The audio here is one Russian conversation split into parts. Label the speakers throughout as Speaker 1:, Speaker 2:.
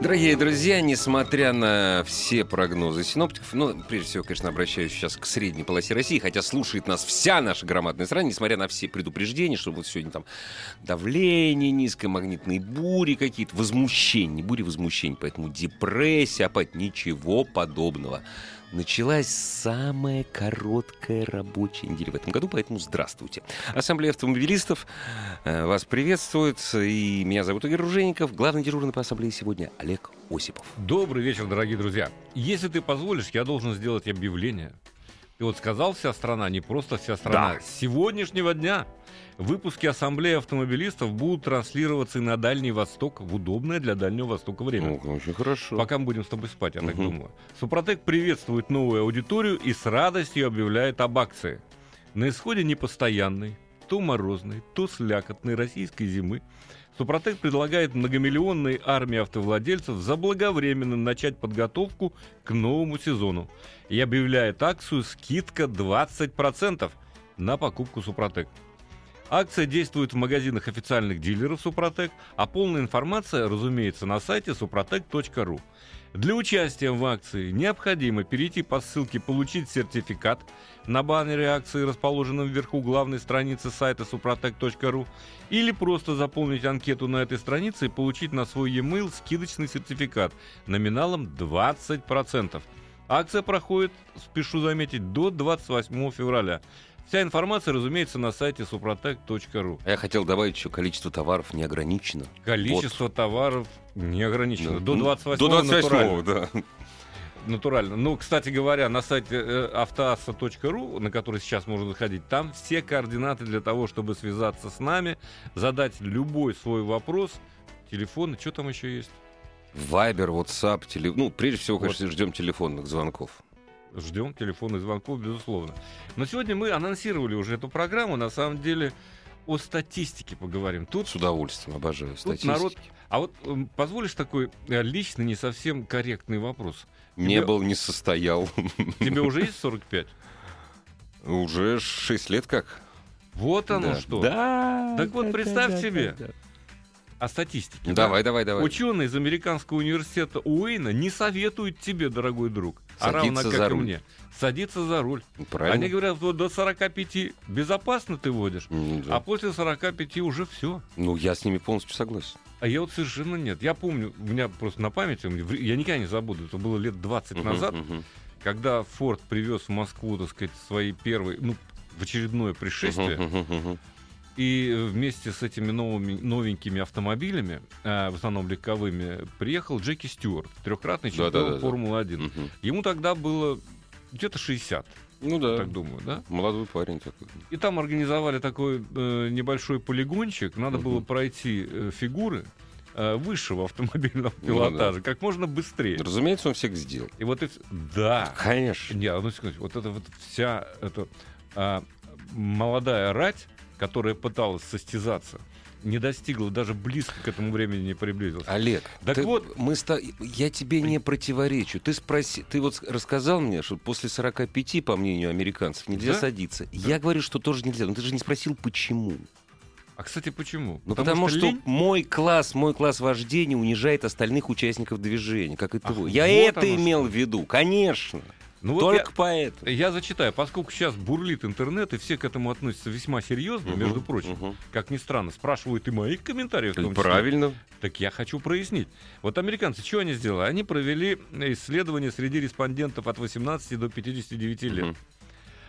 Speaker 1: Дорогие друзья, несмотря на все прогнозы синоптиков, ну, прежде всего, конечно, обращаюсь сейчас к средней полосе России, хотя слушает нас вся наша громадная страна, несмотря на все предупреждения, что вот сегодня там давление низкое, магнитные бури какие-то, возмущения, не бури возмущений, поэтому депрессия, опять ничего подобного. Началась самая короткая рабочая неделя в этом году, поэтому здравствуйте. Ассамблея автомобилистов э, вас приветствует, и меня зовут Игорь Ружеников. Главный дежурный по ассамблее сегодня Олег Осипов.
Speaker 2: Добрый вечер, дорогие друзья. Если ты позволишь, я должен сделать объявление. Ты вот сказал вся страна, не просто вся страна.
Speaker 1: Да.
Speaker 2: С сегодняшнего дня выпуски Ассамблеи автомобилистов будут транслироваться и на Дальний Восток в удобное для Дальнего Востока время.
Speaker 1: Ну, очень хорошо.
Speaker 2: Пока мы будем с тобой спать, я так
Speaker 1: Мгм.
Speaker 2: думаю. Супротек приветствует новую аудиторию и с радостью объявляет об акции. На исходе непостоянной, то морозной, то слякотной российской зимы Супротек предлагает многомиллионной армии автовладельцев заблаговременно начать подготовку к новому сезону и объявляет акцию «Скидка 20%» на покупку Супротек. Акция действует в магазинах официальных дилеров Супротек, а полная информация, разумеется, на сайте suprotec.ru. Для участия в акции необходимо перейти по ссылке «Получить сертификат» на баннере акции, расположенном вверху главной страницы сайта suprotec.ru, или просто заполнить анкету на этой странице и получить на свой e-mail скидочный сертификат номиналом 20%. Акция проходит, спешу заметить, до 28 февраля. Вся информация, разумеется, на сайте suprotec.ru.
Speaker 1: А Я хотел добавить, что количество товаров не ограничено.
Speaker 2: Количество товаров не ограничено. До
Speaker 1: Ну,
Speaker 2: 28
Speaker 1: До 28
Speaker 2: натурально.
Speaker 1: да.
Speaker 2: Натурально. Ну, кстати говоря, на сайте э, автоасса.ру, на который сейчас можно заходить, там все координаты для того, чтобы связаться с нами, задать любой свой вопрос, телефон, что там еще есть.
Speaker 1: Вайбер, WhatsApp, теле... ну, прежде всего,
Speaker 2: Вот.
Speaker 1: конечно, ждем телефонных звонков.
Speaker 2: Ждем телефонных звонков, безусловно. Но сегодня мы анонсировали уже эту программу, на самом деле, о статистике поговорим. Тут
Speaker 1: С удовольствием, обожаю
Speaker 2: Тут
Speaker 1: статистики.
Speaker 2: народ- А вот м, позволишь такой э, личный, не совсем корректный вопрос.
Speaker 1: Не
Speaker 2: Тебе-
Speaker 1: был, не состоял.
Speaker 2: Тебе уже есть 45?
Speaker 1: Уже 6 лет как.
Speaker 2: Вот оно что.
Speaker 1: Да. Ну,
Speaker 2: Так вот, представь себе. О статистике. да?
Speaker 1: Давай, давай, давай.
Speaker 2: Ученые из американского университета Уэйна не советуют тебе, дорогой друг, а
Speaker 1: Садиться
Speaker 2: равно как
Speaker 1: за
Speaker 2: и
Speaker 1: руль.
Speaker 2: мне, садиться за руль. Они
Speaker 1: Правильно.
Speaker 2: говорят, вот до 45 безопасно ты водишь,
Speaker 1: М, да.
Speaker 2: а после 45 уже все.
Speaker 1: Ну, я с ними полностью согласен.
Speaker 2: А я вот совершенно нет. Я помню, у меня просто на памяти, я никогда не забуду, это было лет 20
Speaker 1: Мгм,
Speaker 2: назад,
Speaker 1: мгм.
Speaker 2: когда Форд привез в Москву, так сказать, свои первые, ну, в очередное пришествие,
Speaker 1: Мгм, мгм, мгм.
Speaker 2: и вместе с этими новыми, новенькими автомобилями, э, в основном легковыми, приехал Джеки Стюарт, трехкратный чемпион
Speaker 1: Да-да-да-да.
Speaker 2: Формулы-1.
Speaker 1: Мгм.
Speaker 2: Ему тогда было где-то 60,
Speaker 1: Ну да.
Speaker 2: так думаю, да?
Speaker 1: Молодой парень такой.
Speaker 2: И там организовали такой э, небольшой полигончик, надо
Speaker 1: Мгм.
Speaker 2: было пройти э, фигуры э, высшего автомобильного
Speaker 1: Ну да.
Speaker 2: пилотажа как можно быстрее.
Speaker 1: Разумеется, он всех сделал.
Speaker 2: И вот и... вс- Да!
Speaker 1: Конечно.
Speaker 2: Не, одну секундочку. Вот это вот вся эта а, молодая рать, которая пыталась состязаться, не достигла, даже близко к этому времени не приблизилась.
Speaker 1: Олег,
Speaker 2: Так
Speaker 1: ты-
Speaker 2: вот-
Speaker 1: мы ста- я тебе не противоречу. Ты спроси, ты вот рассказал мне, что после 45, по мнению американцев, нельзя
Speaker 2: Да?
Speaker 1: садиться. Я говорю, что тоже нельзя. Но ты же не спросил, почему.
Speaker 2: А, кстати, почему?
Speaker 1: Ну, потому, что,
Speaker 2: лень-
Speaker 1: мой класс, мой класс вождения унижает остальных участников движения, как и
Speaker 2: Ах,
Speaker 1: твой. Я
Speaker 2: вот
Speaker 1: это
Speaker 2: оно
Speaker 1: имел
Speaker 2: что.
Speaker 1: в виду, конечно.
Speaker 2: Ну, вот
Speaker 1: Только поэтому.
Speaker 2: я, я зачитаю. Поскольку сейчас бурлит интернет, и все к этому относятся весьма серьезно, между
Speaker 1: Мгм,
Speaker 2: прочим,
Speaker 1: мгм.
Speaker 2: как ни странно, спрашивают и моих комментариев. в том числе.
Speaker 1: Правильно.
Speaker 2: Так я хочу прояснить. Вот американцы, что они сделали? Они провели исследование среди респондентов от 18 до 59 лет.
Speaker 1: Мгм.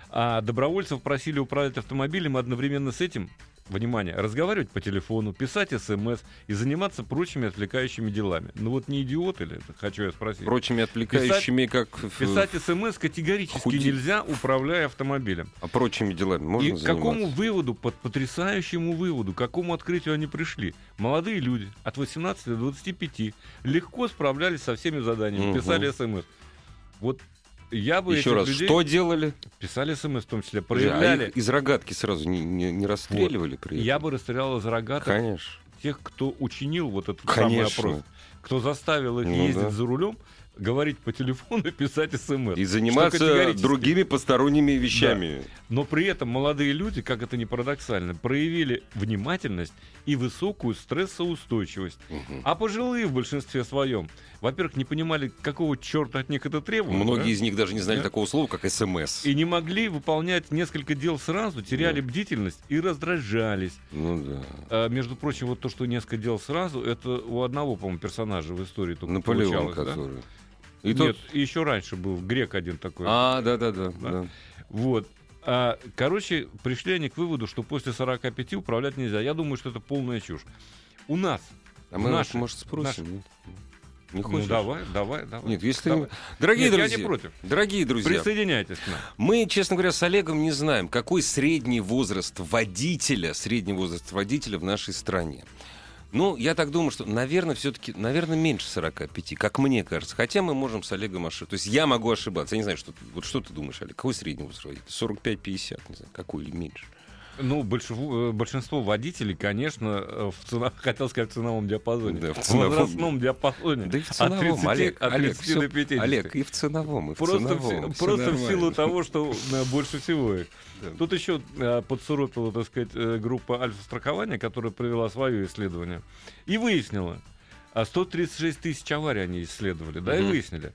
Speaker 2: А добровольцев просили управлять автомобилем одновременно с этим внимание, разговаривать по телефону, писать смс и заниматься прочими отвлекающими делами. Ну вот не идиот или это, хочу я спросить.
Speaker 1: Прочими отвлекающими, как... в-
Speaker 2: Писать смс категорически
Speaker 1: Худи-
Speaker 2: нельзя, управляя автомобилем.
Speaker 1: А прочими делами можно
Speaker 2: и к какому
Speaker 1: заниматься?
Speaker 2: выводу, под потрясающему выводу, к какому открытию они пришли? Молодые люди от 18 до 25 легко справлялись со всеми заданиями,
Speaker 1: Мгм.
Speaker 2: писали смс. Вот я бы
Speaker 1: Еще
Speaker 2: этих
Speaker 1: раз,
Speaker 2: людей
Speaker 1: что делали?
Speaker 2: писали смс в том числе,
Speaker 1: Подожди, а их
Speaker 2: проявляли.
Speaker 1: из рогатки сразу не, не- не расстреливали при этом?
Speaker 2: Я бы расстрелял из рогатых
Speaker 1: Конечно.
Speaker 2: тех, кто учинил вот этот
Speaker 1: Конечно.
Speaker 2: самый опрос, кто заставил их
Speaker 1: Ну
Speaker 2: ездить
Speaker 1: да.
Speaker 2: за рулем, говорить по телефону и писать смс.
Speaker 1: И
Speaker 2: Что
Speaker 1: заниматься
Speaker 2: категорически.
Speaker 1: другими посторонними вещами.
Speaker 2: Но при этом молодые люди, как это ни парадоксально, проявили внимательность и высокую стрессоустойчивость.
Speaker 1: Мгм.
Speaker 2: А пожилые в большинстве своем, во-первых, не понимали, какого черта от них это требовалось.
Speaker 1: Многие
Speaker 2: да?
Speaker 1: из них даже не знали
Speaker 2: Да.
Speaker 1: такого слова, как эм СМС.
Speaker 2: И не могли выполнять несколько дел сразу, теряли бдительность и раздражались.
Speaker 1: Ну да.
Speaker 2: А, между прочим, вот то, что несколько дел сразу, это у одного, по-моему, персонажа в истории только
Speaker 1: Наполеон,
Speaker 2: получалось, да?
Speaker 1: который. И
Speaker 2: Нет,
Speaker 1: тот...
Speaker 2: еще раньше был грек один такой.
Speaker 1: А, да-да-да. да.
Speaker 2: Вот. А, короче, пришли они к выводу, что после 45 управлять нельзя. Я думаю, что это полная чушь. У нас.
Speaker 1: А мы,
Speaker 2: Наши,
Speaker 1: может, спросим? нет? Не
Speaker 2: Ну,
Speaker 1: хочешь?
Speaker 2: давай, давай, давай.
Speaker 1: Нет, если...
Speaker 2: Давай.
Speaker 1: Дорогие
Speaker 2: Нет, я
Speaker 1: друзья,
Speaker 2: не против.
Speaker 1: дорогие друзья,
Speaker 2: Присоединяйтесь к нам.
Speaker 1: Мы, честно говоря, с Олегом не знаем, какой средний возраст водителя, средний возраст водителя в нашей стране. Ну, я так думаю, что, наверное, все-таки, наверное, меньше 45, как мне кажется. Хотя мы можем с Олегом ошибаться. То есть я могу ошибаться. Я не знаю, что, ты- вот что ты думаешь, Олег? Какой средний возраст водителя? 45-50, не знаю, какой или меньше.
Speaker 2: Ну, большинство, э, большинство водителей, конечно, э, в цена, хотел сказать, в ценовом диапазоне.
Speaker 1: Да, в
Speaker 2: в
Speaker 1: ценовом.
Speaker 2: возрастном диапазоне.
Speaker 1: Да и в ценовом,
Speaker 2: от 30,
Speaker 1: Олег,
Speaker 2: от
Speaker 1: Олег,
Speaker 2: 30
Speaker 1: всё-
Speaker 2: до 50.
Speaker 1: Олег, и в ценовом, и в
Speaker 2: Просто, в-
Speaker 1: ценовом. всё
Speaker 2: просто в силу
Speaker 1: нормально.
Speaker 2: того, что э, больше всего их.
Speaker 1: Да.
Speaker 2: Тут еще э, подсуропила, так сказать, э, группа альфа-страхования, которая провела свое исследование. И выяснила, а 136 тысяч аварий они исследовали, да, и
Speaker 1: Мгм.
Speaker 2: выяснили,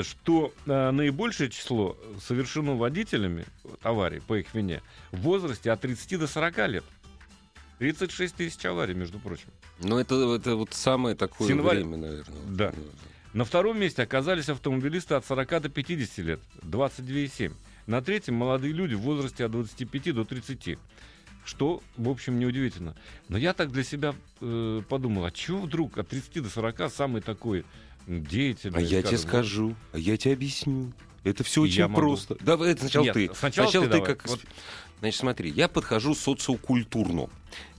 Speaker 2: что э, наибольшее число совершено водителями вот, аварий по их вине в возрасте от 30 до 40 лет. 36 тысяч аварий, между прочим.
Speaker 1: Ну, это, это вот самое такое
Speaker 2: Январь.
Speaker 1: время, наверное. Ну,
Speaker 2: Да. На втором месте оказались автомобилисты от 40 до 50 лет, 22,7. На третьем молодые люди в возрасте от 25 до 30. Что, в общем, неудивительно. Но я так для себя э, подумал, а чего вдруг от 30 до 40 самый такой деятельный?
Speaker 1: А я тебе
Speaker 2: скажем,
Speaker 1: скажу, а я тебе объясню. Это все
Speaker 2: Я
Speaker 1: очень
Speaker 2: могу.
Speaker 1: просто. Давай это сначала
Speaker 2: Нет,
Speaker 1: ты.
Speaker 2: сначала ты давай.
Speaker 1: как.
Speaker 2: Вот.
Speaker 1: Значит, смотри, я подхожу социокультурно.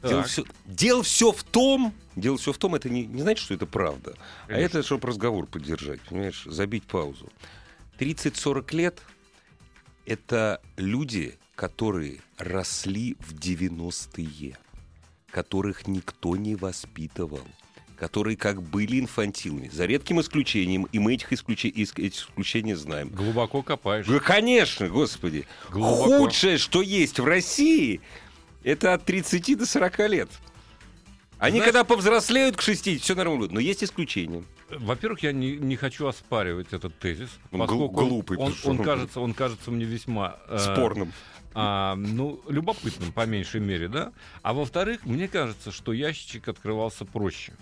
Speaker 1: Дело
Speaker 2: Так.
Speaker 1: все, в том, дело все в том, это не, не значит, что это правда, а
Speaker 2: Конечно.
Speaker 1: это чтобы разговор поддержать, понимаешь, забить паузу. 30-40 лет — это люди, которые росли в 90-е, которых никто не воспитывал, которые как были инфантилами, за редким исключением, и мы этих, исключе- иск- эти исключения знаем.
Speaker 2: Глубоко копаешь.
Speaker 1: Да, конечно, господи.
Speaker 2: Глубоко.
Speaker 1: Худшее, что есть в России, это от 30 до 40 лет. Они
Speaker 2: Знаешь-
Speaker 1: когда повзрослеют к 60, все нормально будет. Но есть исключения.
Speaker 2: Во-первых, я не, не хочу оспаривать этот тезис,
Speaker 1: Он
Speaker 2: поскольку
Speaker 1: гл- глупый,
Speaker 2: он,
Speaker 1: потому
Speaker 2: он
Speaker 1: что-
Speaker 2: кажется, он кажется мне весьма э,
Speaker 1: Спорным.
Speaker 2: А, ну, любопытным, по меньшей мере, да. А во-вторых, мне кажется, что ящичек открывался проще.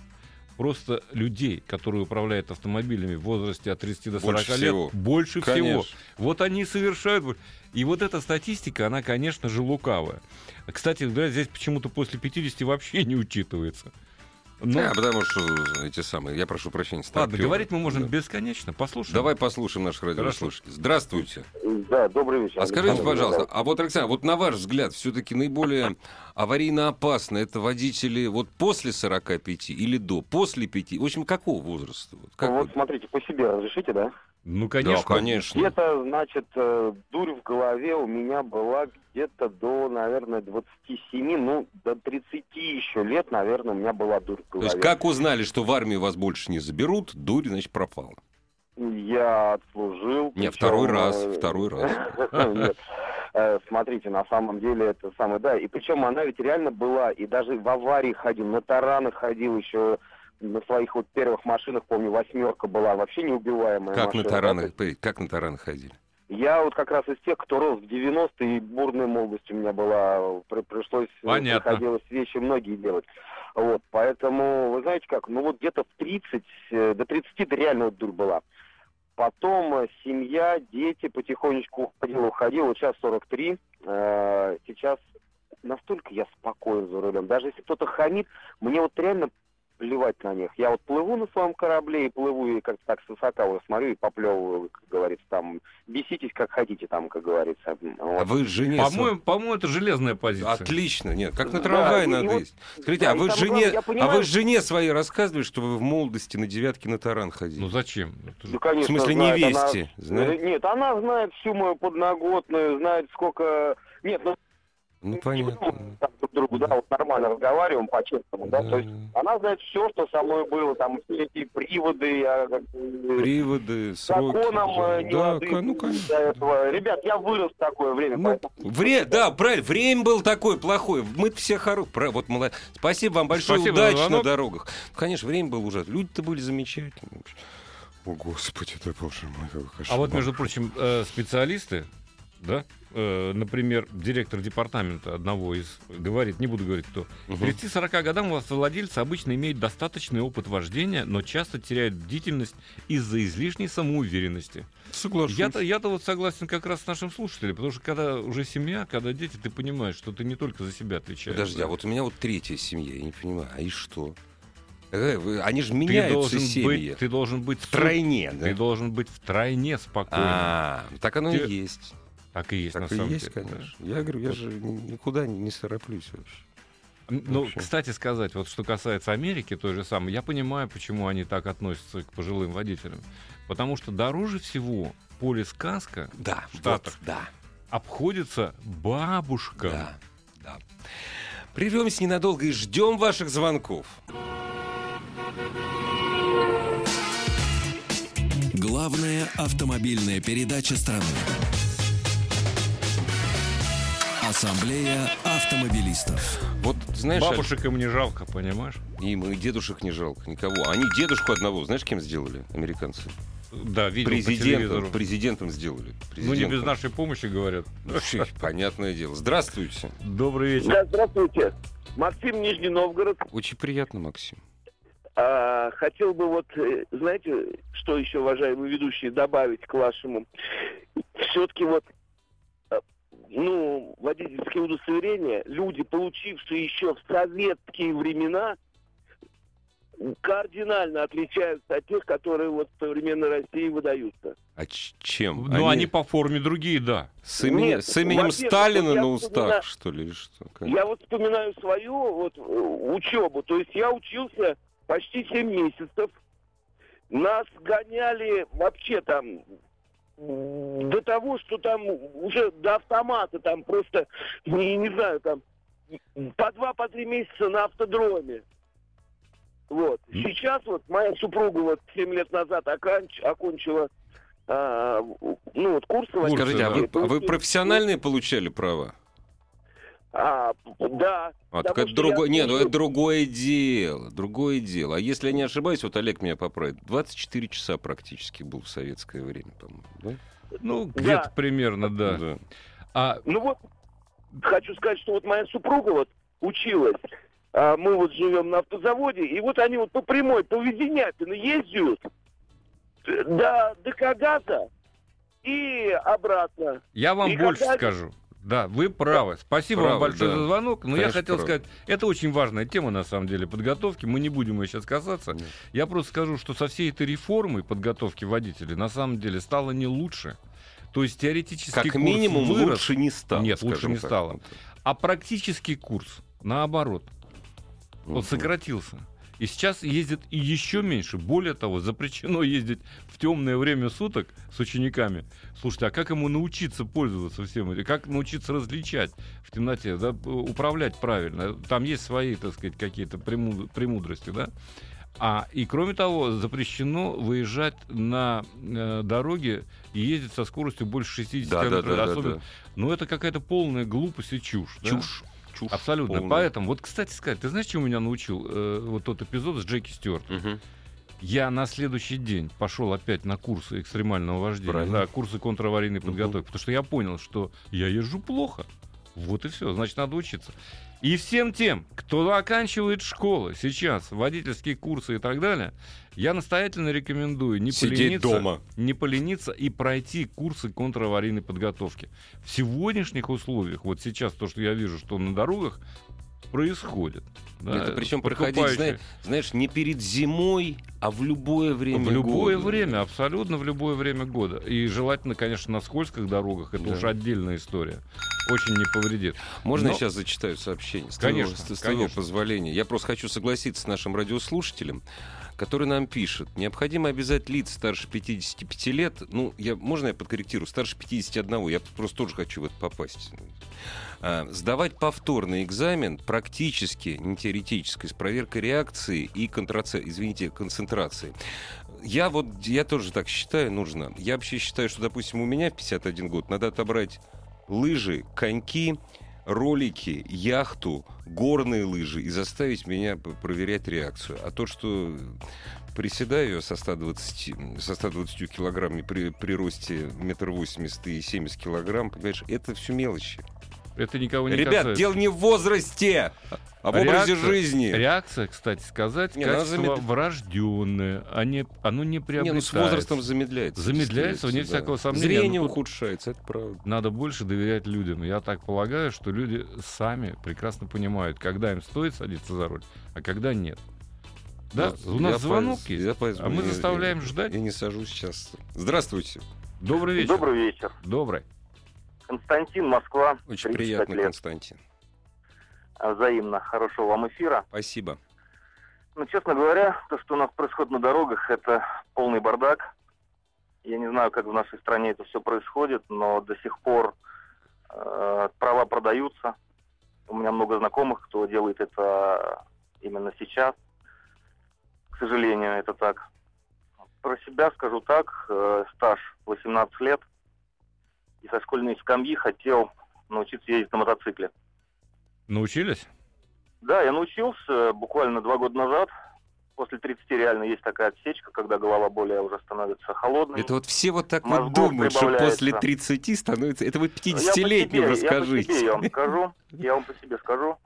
Speaker 2: Просто людей, которые управляют автомобилями в возрасте от 30 до 40
Speaker 1: Больше
Speaker 2: лет,
Speaker 1: всего.
Speaker 2: больше
Speaker 1: Конечно.
Speaker 2: всего. Вот они и совершают. вот. И вот эта статистика, она, конечно же, лукавая. Кстати, да, здесь почему-то после 50 вообще не учитывается. Ну,
Speaker 1: Да, А, потому что эти самые, я прошу прощения,
Speaker 2: ладно,
Speaker 1: старпёры.
Speaker 2: говорить мы можем
Speaker 1: Да.
Speaker 2: бесконечно. Послушаем.
Speaker 1: Давай послушаем наших радиослушателей. Здравствуйте.
Speaker 3: Да, добрый вечер.
Speaker 1: А скажите,
Speaker 3: Александр,
Speaker 1: пожалуйста, а вот, Александр, вот на ваш взгляд, все-таки наиболее аварийно опасно это водители вот после 45 или до, после 5? В общем, какого возраста? Вот, как
Speaker 3: Вот
Speaker 1: вы-
Speaker 3: смотрите, по себе разрешите, да?
Speaker 2: Ну, конечно.
Speaker 1: Да, конечно.
Speaker 3: Где-то, значит, э, дурь в голове у меня была где-то до, наверное, 27, ну, до 30 еще лет, наверное, у меня была дурь в
Speaker 1: То
Speaker 3: голове.
Speaker 1: есть как узнали, что в армию вас больше не заберут, дурь, значит, пропала.
Speaker 3: Я отслужил.
Speaker 1: Не,
Speaker 3: причем,
Speaker 1: второй
Speaker 3: э,
Speaker 1: раз, второй раз.
Speaker 3: Нет. Э, Смотрите, на самом деле это самое, да. И причем она ведь реально была, и даже в аварии ходил, на таранах ходил еще, на своих вот первых машинах, помню, восьмерка была, вообще неубиваемая
Speaker 1: Как на
Speaker 3: машина, да, то
Speaker 1: тараны,
Speaker 3: есть
Speaker 1: как на тараны ходили.
Speaker 3: Я вот как раз из тех, кто рос в 90-е, и бурная молодость у меня была. При- пришлось, э,
Speaker 2: Понятно.
Speaker 3: приходилось вещи многие делать. Вот, поэтому, вы знаете как, ну вот где-то в 30, э, до 30 то реально вот дурь была. Потом э, семья, дети потихонечку уходила, уходила. Вот сейчас 43, э, сейчас настолько я спокоен за рулем. Даже если кто-то хамит, мне вот реально плевать на них. Я вот плыву на своем корабле и плыву, и как-то так с высока уже смотрю и поплевываю, как говорится, там, беситесь как хотите там, как говорится.
Speaker 1: А
Speaker 3: Вот.
Speaker 1: вы жене... своей-
Speaker 2: По-моему, по-моему, это железная позиция.
Speaker 1: Отлично, нет, как на
Speaker 3: Да,
Speaker 1: трамвае
Speaker 3: и- и
Speaker 1: надо
Speaker 3: вот-
Speaker 1: ездить. Скажите,
Speaker 3: да,
Speaker 1: а,
Speaker 3: и
Speaker 1: вы
Speaker 3: самое
Speaker 1: жене,
Speaker 3: главное, я
Speaker 1: а
Speaker 3: понимаю,
Speaker 1: вы жене своей рассказывали, что вы в молодости на девятке на таран ходили?
Speaker 2: Ну зачем? Это же-
Speaker 3: Да, конечно,
Speaker 1: в смысле,
Speaker 3: знает, она-
Speaker 1: невесте, знаете?
Speaker 3: Э, Нет, она знает всю мою подноготную, знает сколько... Нет, ну,
Speaker 1: Ну,
Speaker 3: будем
Speaker 1: понятно.
Speaker 3: так друг другу, да, вот нормально разговариваем по-честному, да, то есть она знает все, что со мной было, там, все эти приводы, я как бы,
Speaker 1: Приводы, сроки.
Speaker 3: законом э, не
Speaker 1: да,
Speaker 3: лады
Speaker 1: ка- ну, конечно.
Speaker 3: до этого. Ребят, я вырос в такое время,
Speaker 1: Ну,
Speaker 3: поэтому...
Speaker 1: вре- да, правильно, время было такое плохое. Мы все хоро... Про... Вот молод... Спасибо вам большое,
Speaker 2: Спасибо за
Speaker 1: удачи на
Speaker 2: звонок.
Speaker 1: дорогах. Ну, Конечно, время было ужасно. Люди-то были замечательные. вообще. О, Господи, да боже мой, какой
Speaker 2: А
Speaker 1: кошмар.
Speaker 2: вот, между прочим, э, специалисты, да, э, например, директор департамента одного из, говорит, не буду говорить кто, к
Speaker 1: Мгм.
Speaker 2: 30-40 годам у вас владельцы обычно имеют достаточный опыт вождения, но часто теряют бдительность из-за излишней самоуверенности.
Speaker 1: Соглашусь.
Speaker 2: Я-то, я-то вот согласен как раз с нашим слушателем, потому что когда уже семья, когда дети, ты понимаешь, что ты не только за себя отвечаешь.
Speaker 1: Подожди, а вот у меня вот третья семья, я не понимаю, а и что? Э, вы- Они же
Speaker 2: ты
Speaker 1: меняются
Speaker 2: должен
Speaker 1: семьи.
Speaker 2: быть, ты должен быть су-
Speaker 1: Тройне,
Speaker 2: ты
Speaker 1: да?
Speaker 2: должен быть в тройне спокойным.
Speaker 1: А, так оно
Speaker 2: Ты-
Speaker 1: и есть.
Speaker 2: Так и есть на
Speaker 1: Так и
Speaker 2: самом
Speaker 1: есть,
Speaker 2: деле. да.
Speaker 1: конечно. Я говорю, я же ни- никуда не, не сороплюсь вообще.
Speaker 2: Ну,
Speaker 1: Вообще.
Speaker 2: кстати сказать, вот что касается Америки, той же самой, я понимаю, почему они так относятся к пожилым водителям. Потому что дороже всего поле сказка
Speaker 1: Да,
Speaker 2: Штатах.
Speaker 1: вот, да.
Speaker 2: обходится бабушка.
Speaker 1: Да, да. Прервемся ненадолго и ждем ваших звонков.
Speaker 4: Главная автомобильная передача страны. Ассамблея автомобилистов.
Speaker 1: Вот, знаешь,
Speaker 2: Бабушек им не жалко, понимаешь?
Speaker 1: Аль, им и дедушек не жалко, никого. Они дедушку одного, знаешь, кем сделали американцы?
Speaker 2: Да, видел по телевизору.
Speaker 1: Президентом, президентом сделали.
Speaker 2: Ну, не без
Speaker 1: Президентом.
Speaker 2: нашей помощи, говорят.
Speaker 1: Вообще, понятное дело. Здравствуйте.
Speaker 2: Добрый вечер.
Speaker 5: Да, здравствуйте. Максим, Нижний Новгород.
Speaker 1: Очень приятно, Максим.
Speaker 5: А, хотел бы вот, э, знаете, что еще, уважаемые ведущие, добавить к вашему? Все-таки вот, э, ну, водительские удостоверения, люди, получившие еще в советские времена, кардинально отличаются от тех, которые вот в современной России выдаются.
Speaker 1: А ч- чем?
Speaker 2: Ну, они по форме другие, да.
Speaker 1: с, име-
Speaker 5: Нет,
Speaker 1: с именем
Speaker 5: во-первых,
Speaker 1: Сталина
Speaker 5: вот я
Speaker 1: на устах,
Speaker 5: вспоминаю-
Speaker 1: что ли, или что? Как?
Speaker 5: Я вот вспоминаю свою вот э, учебу. То есть я учился почти 7 месяцев. Нас гоняли вообще там м, до того, что там уже до автомата там просто, не, не знаю, там по два, по три месяца на автодроме. Вот.
Speaker 2: М.
Speaker 5: Сейчас вот моя супруга вот 7 лет назад оканч- окончила а, в- ну вот курсы.
Speaker 2: Курсы,
Speaker 1: Скажите, а вы,
Speaker 5: водительские.
Speaker 1: а вы профессиональные получали права?
Speaker 5: А, да.
Speaker 1: А, так
Speaker 5: Потому что
Speaker 1: это
Speaker 5: я
Speaker 1: другое... Не, ну
Speaker 5: слушаю-
Speaker 1: это другое дело, другое дело. А если я не ошибаюсь, вот Олег меня поправит, 24 часа практически был в советское время, по-моему, да?
Speaker 2: Ну,
Speaker 5: Да.
Speaker 2: где-то примерно, да. А
Speaker 5: Ну вот, хочу сказать, что вот моя супруга вот училась, а мы вот живем на автозаводе, и вот они вот по прямой, по Веденятино ездят до, до Кагата и обратно.
Speaker 2: я вам
Speaker 5: И
Speaker 2: больше
Speaker 5: когда-
Speaker 2: скажу. Да, вы правы. Спасибо
Speaker 1: Правы,
Speaker 2: вам большое
Speaker 1: да.
Speaker 2: за звонок. Но я
Speaker 1: Конечно,
Speaker 2: хотел
Speaker 1: правы.
Speaker 2: сказать, это очень важная тема, на самом деле, подготовки. Мы не будем ее сейчас касаться.
Speaker 1: Нет.
Speaker 2: Я просто скажу, что со всей этой реформой подготовки водителей на самом деле стало не лучше. То есть теоретически
Speaker 1: Как
Speaker 2: курс
Speaker 1: минимум
Speaker 2: вырос,
Speaker 1: лучше не стало.
Speaker 2: Нет, лучше
Speaker 1: скажем
Speaker 2: не
Speaker 1: так.
Speaker 2: стало. а практический курс, наоборот,
Speaker 1: Мгм.
Speaker 2: он сократился. И сейчас ездит и еще меньше. Более того, запрещено ездить в темное время суток с учениками. Слушайте, а как ему научиться пользоваться всем этим? Как научиться различать в темноте, да, п- управлять правильно? Там есть свои, так сказать, какие-то премуд- премудрости, да? А, и кроме того, запрещено выезжать на э, дороге и ездить со скоростью больше 60
Speaker 1: Да, да,
Speaker 2: километров.
Speaker 1: да, да,
Speaker 2: Особенно-
Speaker 1: да.
Speaker 2: Ну, это какая-то полная глупость и чушь. да?
Speaker 1: Чушь. Чушь.
Speaker 2: Абсолютно.
Speaker 1: полная.
Speaker 2: Поэтому, вот, кстати сказать, ты знаешь, чему меня научил э, вот тот эпизод с Джеки Стюарт?
Speaker 1: Мгм.
Speaker 2: Я на следующий день пошел опять на курсы экстремального вождения,
Speaker 1: Правильно.
Speaker 2: да, курсы контраварийной
Speaker 1: Мгм.
Speaker 2: подготовки, потому что я понял, что я езжу плохо. Вот и все, значит, надо учиться. И всем тем, кто оканчивает школы сейчас, водительские курсы и так далее, я настоятельно рекомендую не
Speaker 1: Сидеть
Speaker 2: полениться,
Speaker 1: дома.
Speaker 2: не полениться и пройти курсы контраварийной подготовки. В сегодняшних условиях, вот сейчас то, что я вижу, что на дорогах происходит. да,
Speaker 1: Это причем проходить, зна-
Speaker 2: подкупающие-
Speaker 1: знаешь, не перед зимой, а в любое время.
Speaker 2: в любое
Speaker 1: года.
Speaker 2: время, абсолютно в любое время года. И желательно, конечно, на скользких дорогах, это
Speaker 1: Да.
Speaker 2: уже отдельная история. Очень не повредит.
Speaker 1: Можно
Speaker 2: Но-
Speaker 1: я сейчас зачитаю сообщение? С
Speaker 2: Конечно,
Speaker 1: твоего- с твоего
Speaker 2: конечно.
Speaker 1: позволения. Я просто хочу согласиться с нашим радиослушателем, который нам пишет. Необходимо обязать лиц старше 55 лет. Ну, я, можно я подкорректирую? Старше 51. Я просто тоже хочу в это попасть. А, сдавать повторный экзамен практически, не теоретически, с проверкой реакции и контраце- извините, концентрации. Я вот, я тоже так считаю, нужно. Я вообще считаю, что, допустим, у меня в 51 год надо отобрать лыжи, коньки, ролики, яхту, горные лыжи и заставить меня п- проверять реакцию. А то, что приседаю я со 120, со 120 килограммами при, при росте метр восемьдесят и 70 килограмм, понимаешь, это все мелочи.
Speaker 2: Это никого Ну, не
Speaker 1: Ребят,
Speaker 2: касается.
Speaker 1: дело не в возрасте, а в образе
Speaker 2: Реакция-
Speaker 1: жизни.
Speaker 2: Реакция, кстати сказать,
Speaker 1: Не, она
Speaker 2: качество
Speaker 1: замед-
Speaker 2: врожденное, а не, оно не
Speaker 1: Не,
Speaker 2: приобретается.
Speaker 1: ну с возрастом замедляется.
Speaker 2: Замедляется, вне всякого сомнения.
Speaker 1: Зрение
Speaker 2: Ну, тут-
Speaker 1: ухудшается, это правда.
Speaker 2: Надо больше доверять людям. Я так полагаю, что люди сами прекрасно понимают, когда им стоит садиться за руль, а когда нет. Да,
Speaker 1: Вот
Speaker 2: у
Speaker 1: Ну, я
Speaker 2: нас звонок
Speaker 1: поэз-
Speaker 2: есть.
Speaker 1: я поэз-
Speaker 2: а мы
Speaker 1: я-
Speaker 2: заставляем
Speaker 1: я-
Speaker 2: ждать.
Speaker 1: Я не сажусь сейчас. Здравствуйте.
Speaker 2: Добрый вечер.
Speaker 3: Добрый вечер.
Speaker 2: Добрый.
Speaker 3: Константин, Москва.
Speaker 1: Очень
Speaker 3: 35
Speaker 1: приятно,
Speaker 3: лет.
Speaker 1: Константин.
Speaker 3: А, Взаимно. Хорошего вам эфира.
Speaker 1: Спасибо.
Speaker 3: Ну, честно говоря, то, что у нас происходит на дорогах, это полный бардак. Я не знаю, как в нашей стране это все происходит, но до сих пор э, права продаются. У меня много знакомых, кто делает это э, именно сейчас. К сожалению, это так. Про себя скажу так. э, стаж 18 лет. И со школьной скамьи хотел научиться ездить на мотоцикле.
Speaker 2: Научились?
Speaker 3: Да, я научился буквально два года назад. После 30 реально есть такая отсечка, когда голова более уже становится холодной.
Speaker 1: Это вот все вот так вот
Speaker 3: Ну, Мозгов
Speaker 1: думают, что
Speaker 3: прибавляется.
Speaker 1: после 30 становится... Это вы
Speaker 3: Я по
Speaker 1: 50-летним
Speaker 3: себе- Я по себе
Speaker 1: расскажите.
Speaker 3: я вам скажу. Я вам по себе скажу,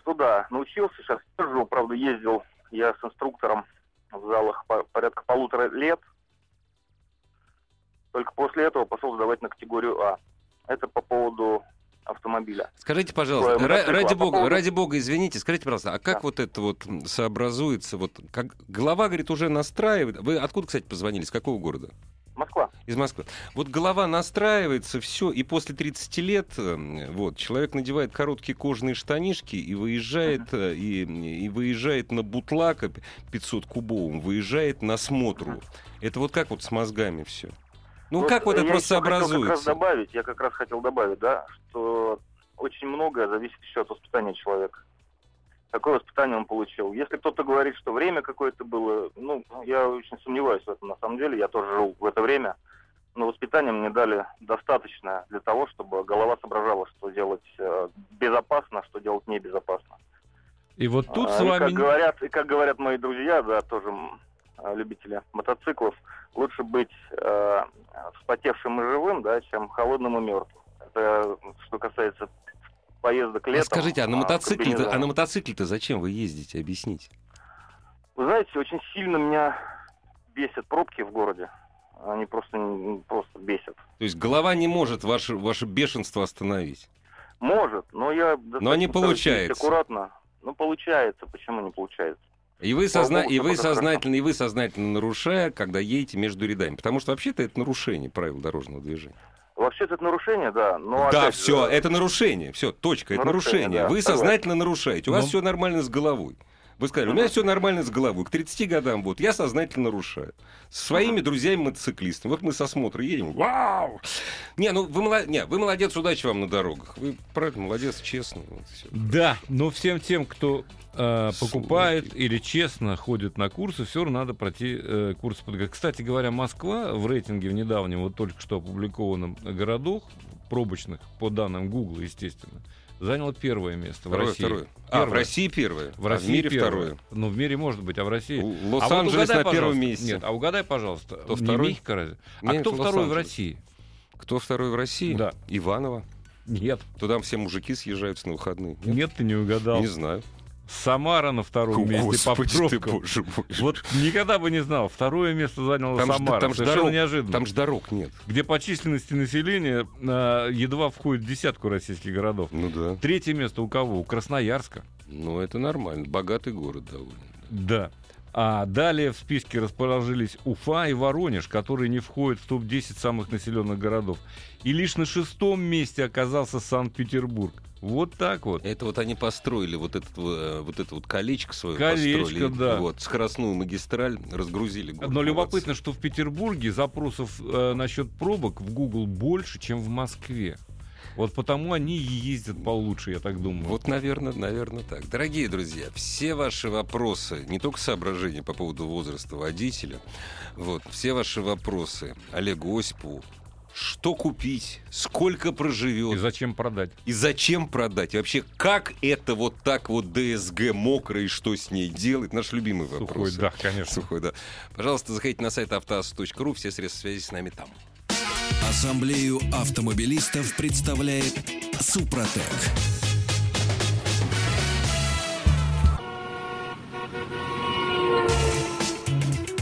Speaker 3: что да, научился, сейчас держу. Правда, ездил я с инструктором в залах по- порядка полутора лет. Только после этого пошел сдавать на категорию А. Это по поводу автомобиля.
Speaker 1: Скажите, пожалуйста,
Speaker 3: Ой,
Speaker 1: ра-
Speaker 3: мотоцикл, а
Speaker 1: ради
Speaker 3: по
Speaker 1: бога,
Speaker 3: поводу-
Speaker 1: ради бога, извините, скажите, пожалуйста, а как
Speaker 3: Да.
Speaker 1: вот это вот м, сообразуется? Вот как голова, говорит, уже настраивает. Вы откуда, кстати, позвонили? С какого города?
Speaker 3: Москва.
Speaker 1: Из Москвы. Вот голова настраивается, все, и после 30 лет э, вот, человек надевает короткие кожаные штанишки и выезжает, э, и, и выезжает на бутлака 500 кубовым, выезжает на смотру. Это вот как вот с мозгами все? Ну, как вот это
Speaker 3: я
Speaker 1: просто
Speaker 3: ещё Хотел как раз
Speaker 1: образуется?
Speaker 3: добавить, я как раз хотел добавить, да, что очень многое зависит еще от воспитания человека. Какое воспитание он получил. Если кто-то говорит, что время какое-то было, ну, я очень сомневаюсь в этом на самом деле, я тоже жил в это время, но воспитание мне дали достаточно для того, чтобы голова соображала, что делать э, безопасно, а что делать небезопасно.
Speaker 2: И вот тут
Speaker 3: А,
Speaker 2: с
Speaker 3: и
Speaker 2: вами...
Speaker 3: как говорят, и как говорят мои друзья, да, тоже м, а, любители мотоциклов, лучше быть э, вспотевшим и живым, да, чем холодным и мертвым. Это что касается поездок
Speaker 1: А
Speaker 3: летом.
Speaker 1: скажите, а на
Speaker 3: в
Speaker 1: мотоцикле-то, а
Speaker 3: комбинезоне.
Speaker 1: на мотоцикле-то зачем вы ездите? Объясните.
Speaker 3: Вы знаете, очень сильно меня бесят пробки в городе. Они просто, м, просто бесят.
Speaker 1: То есть голова
Speaker 3: Ну,
Speaker 1: не
Speaker 3: э,
Speaker 1: может ваше, ваше бешенство остановить.
Speaker 3: Может, но я...
Speaker 1: Но не
Speaker 3: достаточно стараюсь ездить
Speaker 1: получается.
Speaker 3: Аккуратно. Ну, получается. Почему не получается?
Speaker 1: И вы,
Speaker 3: Слава
Speaker 1: созна-
Speaker 3: богу,
Speaker 1: и
Speaker 3: всё
Speaker 1: вы
Speaker 3: пока
Speaker 1: сознательно, и вы сознательно нарушая, когда едете между рядами. Потому что вообще-то это нарушение правил дорожного движения.
Speaker 3: Вообще-то это нарушение, да, но...
Speaker 1: да,
Speaker 3: опять же,
Speaker 1: все, это нарушение. Все, точка, это
Speaker 3: Нарушение,
Speaker 1: нарушение.
Speaker 3: да,
Speaker 1: вы
Speaker 3: согласен.
Speaker 1: сознательно нарушаете. У вас
Speaker 2: Ну.
Speaker 1: все нормально с головой. Вы сказали, у меня все нормально с головой. К 30 годам вот я сознательно нарушаю. Со своими друзьями-мотоциклистами. Вот мы со смотра едем. Вау! Не, ну вы, мало- не, вы молодец, удачи вам на дорогах. Вы правильно, молодец, честно. Вот всё.
Speaker 2: Да, но всем тем, кто э,
Speaker 1: Слушай.
Speaker 2: покупает или честно ходит на курсы, все равно надо пройти э, курсы подготовки. Кстати говоря, Москва в рейтинге в недавнем, вот только что опубликованном городах, пробочных, по данным Гугла, естественно, заняла первое место в
Speaker 1: Второе,
Speaker 2: России.
Speaker 1: второе. А, в
Speaker 2: Первое.
Speaker 1: России первое.
Speaker 2: В
Speaker 1: а
Speaker 2: России
Speaker 1: в мире
Speaker 2: первое.
Speaker 1: второе.
Speaker 2: Ну, в мире может быть, а в России...
Speaker 1: У-
Speaker 2: А вот
Speaker 1: Лос-Анджелес
Speaker 2: угадай,
Speaker 1: на первом
Speaker 2: пожалуйста.
Speaker 1: месте.
Speaker 2: Нет, а угадай, пожалуйста,
Speaker 1: Кто
Speaker 2: не
Speaker 1: второй?
Speaker 2: Михка разве? А
Speaker 1: Нет,
Speaker 2: кто второй в
Speaker 1: Лос-Анджелес.
Speaker 2: России?
Speaker 1: Кто второй в России?
Speaker 2: Да.
Speaker 1: Иванова.
Speaker 2: Нет.
Speaker 1: То там все мужики съезжаются на выходные. Нет?
Speaker 2: Нет, ты не угадал.
Speaker 1: Не знаю.
Speaker 2: Самара на втором месте по
Speaker 1: Господи ты,
Speaker 2: пробкам.
Speaker 1: боже мой.
Speaker 2: Вот никогда бы не знал. Второе место заняла
Speaker 1: Там же-
Speaker 2: Самара.
Speaker 1: там же
Speaker 2: Совершенно
Speaker 1: дорог-
Speaker 2: неожиданно.
Speaker 1: Там же дорог нет.
Speaker 2: Где по численности населения э, едва входит в десятку российских городов.
Speaker 1: Ну да.
Speaker 2: Третье место у кого? У Красноярска.
Speaker 1: Ну это нормально. Богатый город довольно.
Speaker 2: Да. А далее в списке расположились Уфа и Воронеж, которые не входят в топ-10 самых населенных городов. И лишь на шестом месте оказался Санкт-Петербург. Вот так вот.
Speaker 1: Это вот они построили вот, этот, э, вот это вот колечко свое.
Speaker 2: Колечко,
Speaker 1: построили,
Speaker 2: да.
Speaker 1: Вот, скоростную магистраль разгрузили. город.
Speaker 2: Но
Speaker 1: Молодцы.
Speaker 2: любопытно, что в Петербурге запросов э, насчет пробок в Google больше, чем в Москве. Вот потому они и ездят получше, я так думаю.
Speaker 1: Вот, наверное, наверное так. Дорогие друзья, все ваши вопросы, не только соображения по поводу возраста водителя, вот, все ваши вопросы Олегу Осипову, что купить, сколько проживет,
Speaker 2: И зачем продать?
Speaker 1: И зачем продать? И вообще, как это вот так вот ДСГ мокрое и что с ней делать? Наш любимый
Speaker 2: Сухой,
Speaker 1: вопрос.
Speaker 2: да, конечно.
Speaker 1: Сухой, да. Пожалуйста, заходите на сайт автоаз.ру, все средства связи с нами там.
Speaker 4: Ассамблею автомобилистов представляет Супротек.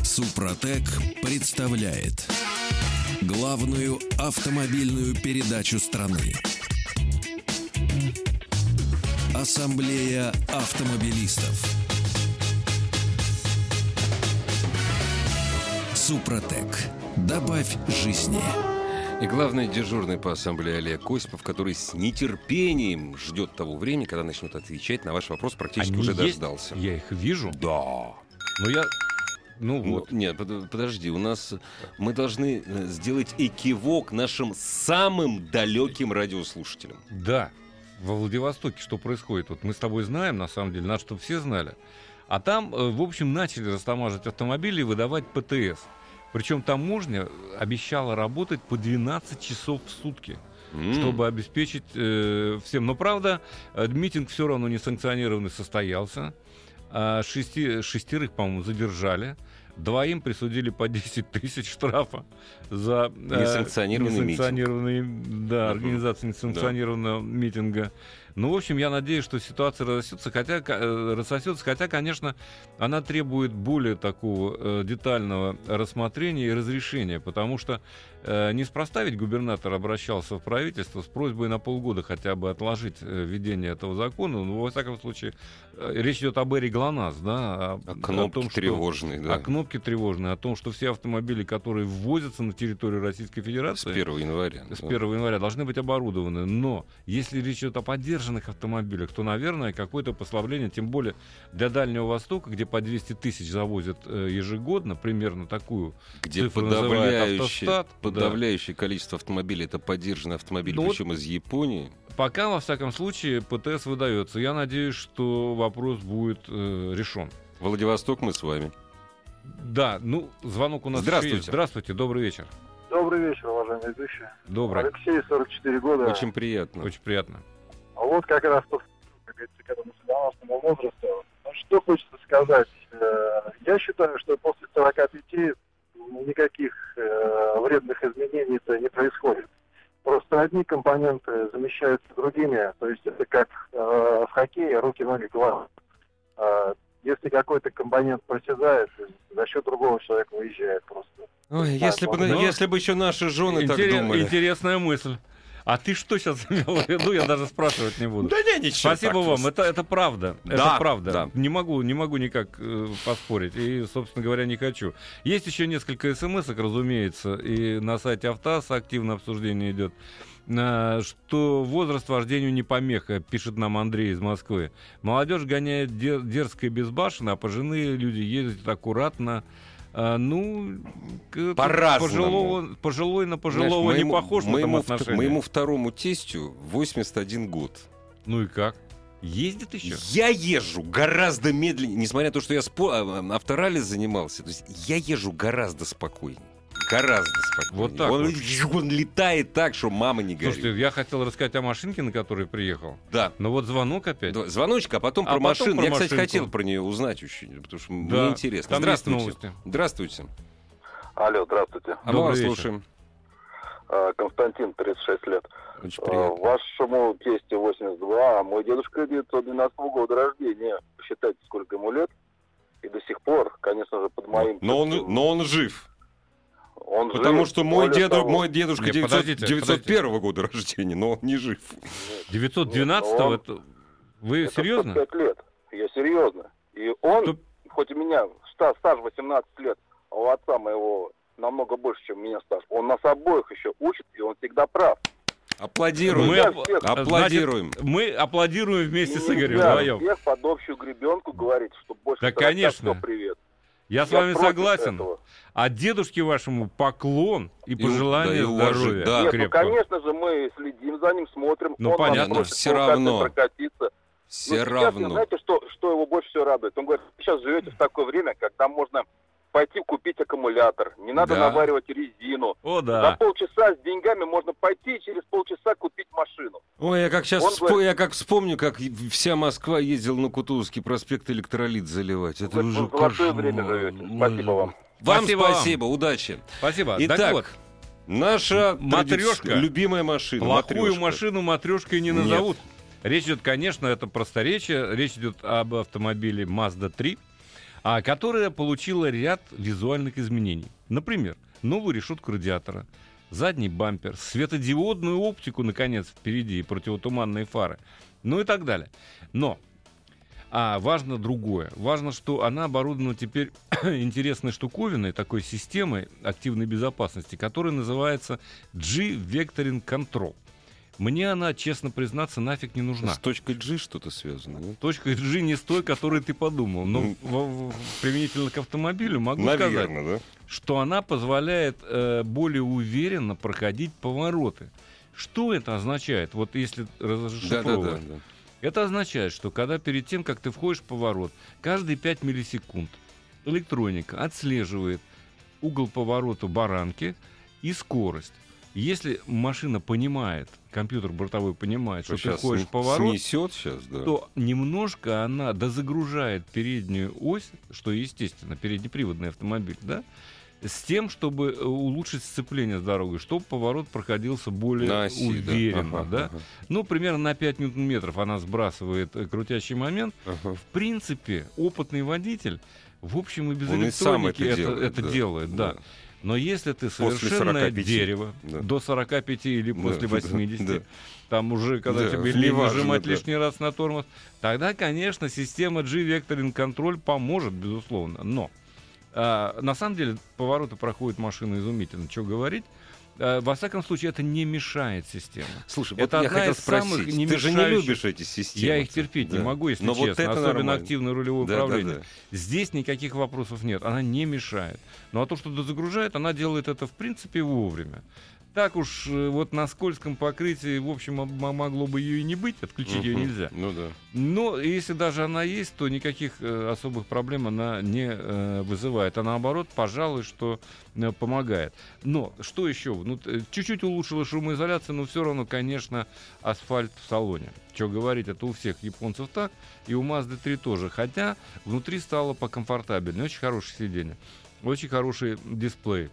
Speaker 4: Супротек представляет главную автомобильную передачу страны. Ассамблея автомобилистов. Супротек. Добавь жизни.
Speaker 1: И главный дежурный по ассамблее Олег Косипов, который с нетерпением ждет того времени, когда начнет отвечать на ваш вопрос, практически
Speaker 2: Они
Speaker 1: уже
Speaker 2: есть?
Speaker 1: дождался.
Speaker 2: Я их вижу.
Speaker 1: Да.
Speaker 2: Но я... Ну
Speaker 1: Ну,
Speaker 2: вот.
Speaker 1: Нет, под- подожди, у нас мы должны э, сделать экивок нашим самым далеким радиослушателям.
Speaker 2: Да, во Владивостоке что происходит? Вот мы с тобой знаем, на самом деле, надо, чтобы все знали. А там, э, в общем, начали растамаживать автомобили и выдавать ПТС. Причем таможня обещала работать по 12 часов в сутки,
Speaker 1: М.
Speaker 2: чтобы обеспечить э, всем. Но правда, э, митинг все равно несанкционированный состоялся. А шести- шестерых, по-моему, задержали. Двоим присудили по 10 тысяч штрафа за э,
Speaker 1: Несанкционированный митинг.
Speaker 2: несанкционированный, Да,
Speaker 1: Мгм.
Speaker 2: организация несанкционированного митинга. Ну, в общем, я надеюсь, что ситуация рассосется, хотя, ко- э, рассосется, хотя конечно, она требует более такого э, детального рассмотрения и разрешения, потому что э, неспроста ведь губернатор обращался в правительство с просьбой на полгода хотя бы отложить э, введение этого закона. Ну, во всяком случае, э, речь идет об Эри ГЛОНАСС, да, о,
Speaker 1: А
Speaker 2: о
Speaker 1: кнопки
Speaker 2: том, что-
Speaker 1: тревожные, да.
Speaker 2: А кнопки тревожные, о том, что все автомобили, которые ввозятся на территорию Российской
Speaker 1: С
Speaker 2: Федерации,
Speaker 1: 1 января.
Speaker 2: с
Speaker 1: да.
Speaker 2: 1 января должны быть оборудованы. Но если речь идет о поддержанных автомобилях, то, наверное, какое-то послабление, тем более для Дальнего Востока, где по 200 тысяч завозят э, ежегодно, примерно такую.
Speaker 1: Где
Speaker 2: цифры называют
Speaker 1: подавляющее,
Speaker 2: автостат, да.
Speaker 1: подавляющее количество автомобилей это поддержанный автомобиль,
Speaker 2: Ну вот-
Speaker 1: причем из Японии.
Speaker 2: Пока, во всяком случае, ПТС выдается. Я надеюсь, что вопрос будет э, решен.
Speaker 1: Владивосток мы с вами.
Speaker 2: Да, ну, звонок у нас еще
Speaker 1: Здравствуйте.
Speaker 2: есть. Здравствуйте, добрый вечер.
Speaker 6: Добрый вечер, уважаемые ведущие.
Speaker 2: Добрый.
Speaker 6: Алексей, 44 года.
Speaker 1: Очень приятно.
Speaker 2: Очень приятно.
Speaker 6: А Вот как раз то, как говорится, к этому судоносному возрасту. Ну, что хочется сказать. Э, Я считаю, что после 45 никаких э, вредных изменений-то не происходит. Просто одни компоненты замещаются другими. То есть это как э, в хоккее руки, ноги, голова. Э, Если какой-то компонент просезает, за счет другого человека выезжает просто.
Speaker 1: Ой, если, бы,
Speaker 6: Ну,
Speaker 1: если бы еще наши жены
Speaker 2: Интере-
Speaker 1: так думали.
Speaker 2: Интересная мысль. А ты что сейчас имел в виду? Я даже спрашивать не буду.
Speaker 1: не, ничего.
Speaker 2: Спасибо
Speaker 1: так
Speaker 2: вам,
Speaker 1: просто.
Speaker 2: это, это правда.
Speaker 1: Да,
Speaker 2: это правда.
Speaker 1: да.
Speaker 2: Не, могу, не могу никак э, поспорить. И, собственно говоря, не хочу. Есть еще несколько смс разумеется, и на сайте Автаса активно обсуждение идет. э, Что возраст вождению не помеха, пишет нам Андрей из Москвы. Молодежь гоняет дер- дерзко и безбашенно, а пожилые люди ездят аккуратно. Э, Ну, к-
Speaker 1: По-разному.
Speaker 2: пожилого- пожилой на
Speaker 1: Знаешь,
Speaker 2: пожилого не
Speaker 1: моему-
Speaker 2: похож в этом
Speaker 1: моему, вт-
Speaker 2: отношении.
Speaker 1: моему второму тестю 81 год.
Speaker 2: Ну и как? Ездит еще?
Speaker 1: Я езжу гораздо медленнее, несмотря на то, что я спо- а, а, авторалли занимался. То есть я езжу гораздо спокойнее. Гораздо спокойнее.
Speaker 2: Вот так
Speaker 1: он,
Speaker 2: вот.
Speaker 1: жу- он летает так, что мама не горит.
Speaker 2: Слушайте, я хотел рассказать о машинке, на которой приехал.
Speaker 1: Да.
Speaker 2: Но вот звонок опять.
Speaker 1: Да, Звоночек, а потом
Speaker 2: А
Speaker 1: про
Speaker 2: потом
Speaker 1: машину.
Speaker 2: про
Speaker 1: я, кстати,
Speaker 2: машинку.
Speaker 1: хотел про нее узнать очень, потому что
Speaker 2: Да,
Speaker 1: мне интересно.
Speaker 2: Там есть
Speaker 1: Здравствуйте.
Speaker 2: новости.
Speaker 1: Здравствуйте.
Speaker 6: Алло, здравствуйте.
Speaker 1: А мы вас
Speaker 2: Добрый вечер.
Speaker 1: слушаем.
Speaker 3: э, Константин, 36 лет.
Speaker 7: Очень
Speaker 3: Э,
Speaker 7: приятно.
Speaker 3: Вашему тесте 82, а мой дедушка 912 года рождения. Посчитайте, сколько ему лет. И до сих пор, конечно же, под моим...
Speaker 1: Но он,
Speaker 3: тестом
Speaker 1: но он жив.
Speaker 3: он
Speaker 1: Потому
Speaker 3: жив.
Speaker 1: что мой,
Speaker 3: Более
Speaker 1: деду,
Speaker 3: того,
Speaker 1: мой дедушка
Speaker 2: Нет,
Speaker 1: 900
Speaker 2: подождите,
Speaker 1: 901 года рождения, но он не жив.
Speaker 3: Нет, но
Speaker 2: 912-го?
Speaker 3: он-
Speaker 2: это- Вы
Speaker 3: это
Speaker 2: серьезно?
Speaker 3: 105 лет. Я серьезно. И он,
Speaker 2: Что-
Speaker 3: хоть у меня ста- стаж 18 лет, а у отца моего намного больше, чем у меня стаж. Он нас обоих еще учит, и он всегда прав.
Speaker 1: Аплодируем.
Speaker 2: Мы
Speaker 3: Нельзя
Speaker 2: об-
Speaker 3: всех-
Speaker 1: Аплодируем.
Speaker 3: ну,
Speaker 2: Мы аплодируем вместе с Игорем
Speaker 3: нельзя
Speaker 2: вдвоем.
Speaker 3: всех под общую гребенку говорить, что больше
Speaker 2: Да,
Speaker 3: 40
Speaker 2: конечно.
Speaker 3: всё привет.
Speaker 2: Я с
Speaker 3: Я
Speaker 2: вами
Speaker 3: против
Speaker 2: согласен.
Speaker 3: этого.
Speaker 2: А дедушке вашему поклон и
Speaker 1: И у- да, и
Speaker 2: пожелание
Speaker 1: уважи-
Speaker 2: здоровья.
Speaker 1: да.
Speaker 3: Нет,
Speaker 2: крепкого.
Speaker 3: ну, конечно же, мы следим за ним, смотрим.
Speaker 2: Ну,
Speaker 3: он нас
Speaker 2: понятно,
Speaker 3: просит
Speaker 1: всё
Speaker 3: по локации
Speaker 1: равно.
Speaker 3: прокатиться. Но
Speaker 1: Все
Speaker 3: сейчас, вы
Speaker 1: равно.
Speaker 3: Знаете, что, что его больше всего радует? Он говорит, вы сейчас живете в такое время, когда можно пойти купить аккумулятор, не надо
Speaker 1: Да.
Speaker 3: наваривать резину.
Speaker 2: О,
Speaker 3: За
Speaker 2: да.
Speaker 3: полчаса с деньгами можно пойти и через полчаса купить машину.
Speaker 1: Ой, я как сейчас
Speaker 3: Он говорит-
Speaker 1: я как вспомню, как вся Москва ездила на Кутузовский проспект электролит заливать. Это
Speaker 3: Вы
Speaker 1: уже ну,
Speaker 3: в золотое
Speaker 1: кошмар.
Speaker 3: время живете.
Speaker 1: Ой,
Speaker 3: Спасибо вам.
Speaker 1: Вам
Speaker 2: Спасибо вам.
Speaker 1: спасибо, удачи.
Speaker 2: Спасибо.
Speaker 1: Итак,
Speaker 2: так вот,
Speaker 1: наша
Speaker 2: Матрёшка.
Speaker 1: традици- любимая машина.
Speaker 2: плохую
Speaker 1: матрёшка.
Speaker 2: машину матрешкой не
Speaker 1: Нет.
Speaker 2: назовут. Речь идет, конечно, это просторечие. Речь идет об автомобиле Mazda 3, а, которая получила ряд визуальных изменений. Например, новую решетку радиатора, задний бампер, светодиодную оптику, наконец, впереди, и противотуманные фары, ну и так далее. Но а, важно другое. Важно, что она оборудована теперь интересной штуковиной, такой системой активной безопасности, которая называется G-Vectoring Control. Мне она, честно признаться, нафиг не нужна.
Speaker 1: С точкой G что-то связано. нет?
Speaker 2: Точка G не с той, которой ты подумал. Но
Speaker 1: Ну.
Speaker 2: в- в- применительно к автомобилю могу сказать,
Speaker 1: Наверное, да?
Speaker 2: что она позволяет э, более уверенно проходить повороты. Что это означает? Вот если
Speaker 1: Да, да,
Speaker 2: разошифровывать.
Speaker 1: да, да.
Speaker 2: Это означает, что когда перед тем, как ты входишь в поворот, каждые 5 миллисекунд электроника отслеживает угол поворота баранки и скорость. Если машина понимает, компьютер бортовой понимает, что, ты входишь в поворот,
Speaker 1: Снесет сейчас, да.
Speaker 2: то немножко она дозагружает переднюю ось, что естественно, переднеприводный автомобиль, да, с тем, чтобы э, улучшить сцепление с дорогой, чтобы поворот проходился более
Speaker 1: На оси, да.
Speaker 2: уверенно,
Speaker 1: Ага,
Speaker 2: да.
Speaker 1: ага,
Speaker 2: Ну, примерно на 5 ньютон-метров она сбрасывает э, крутящий момент.
Speaker 1: ага.
Speaker 2: В принципе, опытный водитель, в общем, и без
Speaker 1: Он и
Speaker 2: электроники
Speaker 1: сам это
Speaker 2: это,
Speaker 1: делает,
Speaker 2: это
Speaker 1: да.
Speaker 2: делает, да. Но если ты
Speaker 1: После
Speaker 2: совершенное
Speaker 1: 45,
Speaker 2: дерево,
Speaker 1: да.
Speaker 2: до 45 или
Speaker 1: Да,
Speaker 2: после
Speaker 1: да,
Speaker 2: 80,
Speaker 1: да.
Speaker 2: там уже, когда
Speaker 1: Да,
Speaker 2: тебе
Speaker 1: не
Speaker 2: лень
Speaker 1: важно,
Speaker 2: нажимать
Speaker 1: да.
Speaker 2: лишний раз на тормоз, тогда, конечно, система G-Vectoring Control поможет, безусловно. Но а, на самом деле повороты проходят машины изумительно, что говорить. А, во всяком случае, это не мешает системе.
Speaker 1: Слушай,
Speaker 2: Это
Speaker 1: вот я
Speaker 2: одна
Speaker 1: хотел
Speaker 2: из самых
Speaker 1: спросить,
Speaker 2: не
Speaker 1: ты же не
Speaker 2: мешающих-
Speaker 1: любишь эти системы?
Speaker 2: Я их терпеть не
Speaker 1: Да.
Speaker 2: могу, если
Speaker 1: Но вот
Speaker 2: честно,
Speaker 1: это
Speaker 2: особенно
Speaker 1: нормально.
Speaker 2: активное рулевое
Speaker 1: Да, да,
Speaker 2: управление.
Speaker 1: да.
Speaker 2: Здесь никаких вопросов нет, она не мешает. Ну а то, что загружает, она делает это в принципе вовремя. Так уж э, вот на скользком покрытии, в общем, об- м- могло бы ее и не быть, отключить ее
Speaker 1: Мгм.
Speaker 2: нельзя.
Speaker 1: Ну да.
Speaker 2: Но если даже она есть, то никаких э, особых проблем она не э, вызывает. А наоборот, пожалуй, что э, помогает. Но что еще? Ну, т- чуть-чуть улучшила шумоизоляцию, но все равно, конечно, асфальт в салоне. Что говорить, это у всех японцев так, и у Mazda 3 тоже. Хотя внутри стало покомфортабельнее. Очень хорошее сиденье, очень хороший дисплей.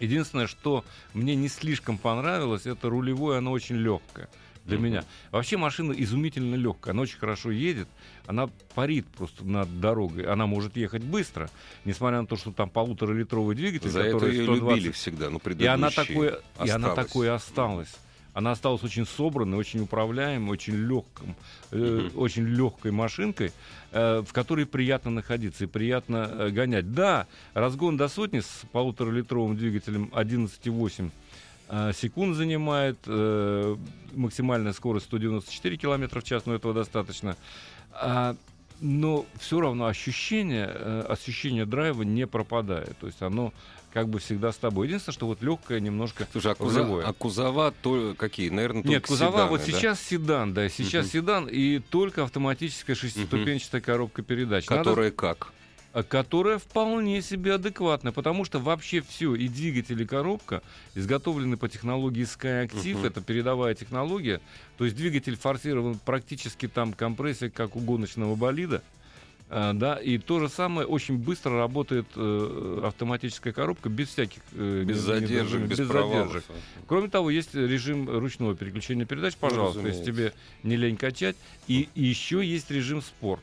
Speaker 2: Единственное, что мне не слишком понравилось, это рулевое, оно очень легкое для
Speaker 1: Мгм.
Speaker 2: меня. Вообще машина изумительно легкая, она очень хорошо едет, она парит просто над дорогой, она может ехать быстро, несмотря на то, что там полуторалитровый двигатель,
Speaker 1: За это
Speaker 2: который
Speaker 1: ее
Speaker 2: 120
Speaker 1: любили всегда, ну
Speaker 2: и
Speaker 1: предыдущие.
Speaker 2: она, такое, и она
Speaker 1: осталась.
Speaker 2: такое осталась. Она осталась очень собранной, очень управляемой, очень легком, э, очень легкой машинкой, э, в которой приятно находиться и приятно э, гонять. Да, разгон до сотни с полуторалитровым двигателем 11,8 э, секунд занимает, э, максимальная скорость 194 км в час, но этого достаточно. А, но все равно ощущение, э, ощущение драйва не пропадает. То есть оно как бы всегда с тобой. Единственное, что вот легкое немножко
Speaker 1: Слушай, а кузова,
Speaker 2: рулевое.
Speaker 1: а кузова то какие? Наверное, Ну, только
Speaker 2: Нет, кузова
Speaker 1: седаны,
Speaker 2: вот
Speaker 1: да?
Speaker 2: сейчас седан, да, сейчас
Speaker 1: Мгм.
Speaker 2: седан и только автоматическая шестиступенчатая коробка передач, Надо-
Speaker 1: Которые как?
Speaker 2: а, которая вполне себе адекватна, потому что вообще все и двигатель и коробка изготовлены по технологии Skyactiv,
Speaker 1: Мгм.
Speaker 2: это передовая технология, то есть двигатель форсирован практически там компрессия как у гоночного болида. А, да, и то же самое очень быстро работает э, автоматическая коробка без всяких э,
Speaker 1: Без
Speaker 2: не-
Speaker 1: задержек,
Speaker 2: не-
Speaker 1: без,
Speaker 2: без
Speaker 1: провалов. Ну,
Speaker 2: задержек. Кроме того, есть режим ручного переключения передач, пожалуйста, если тебе не лень качать. И еще есть режим спорт,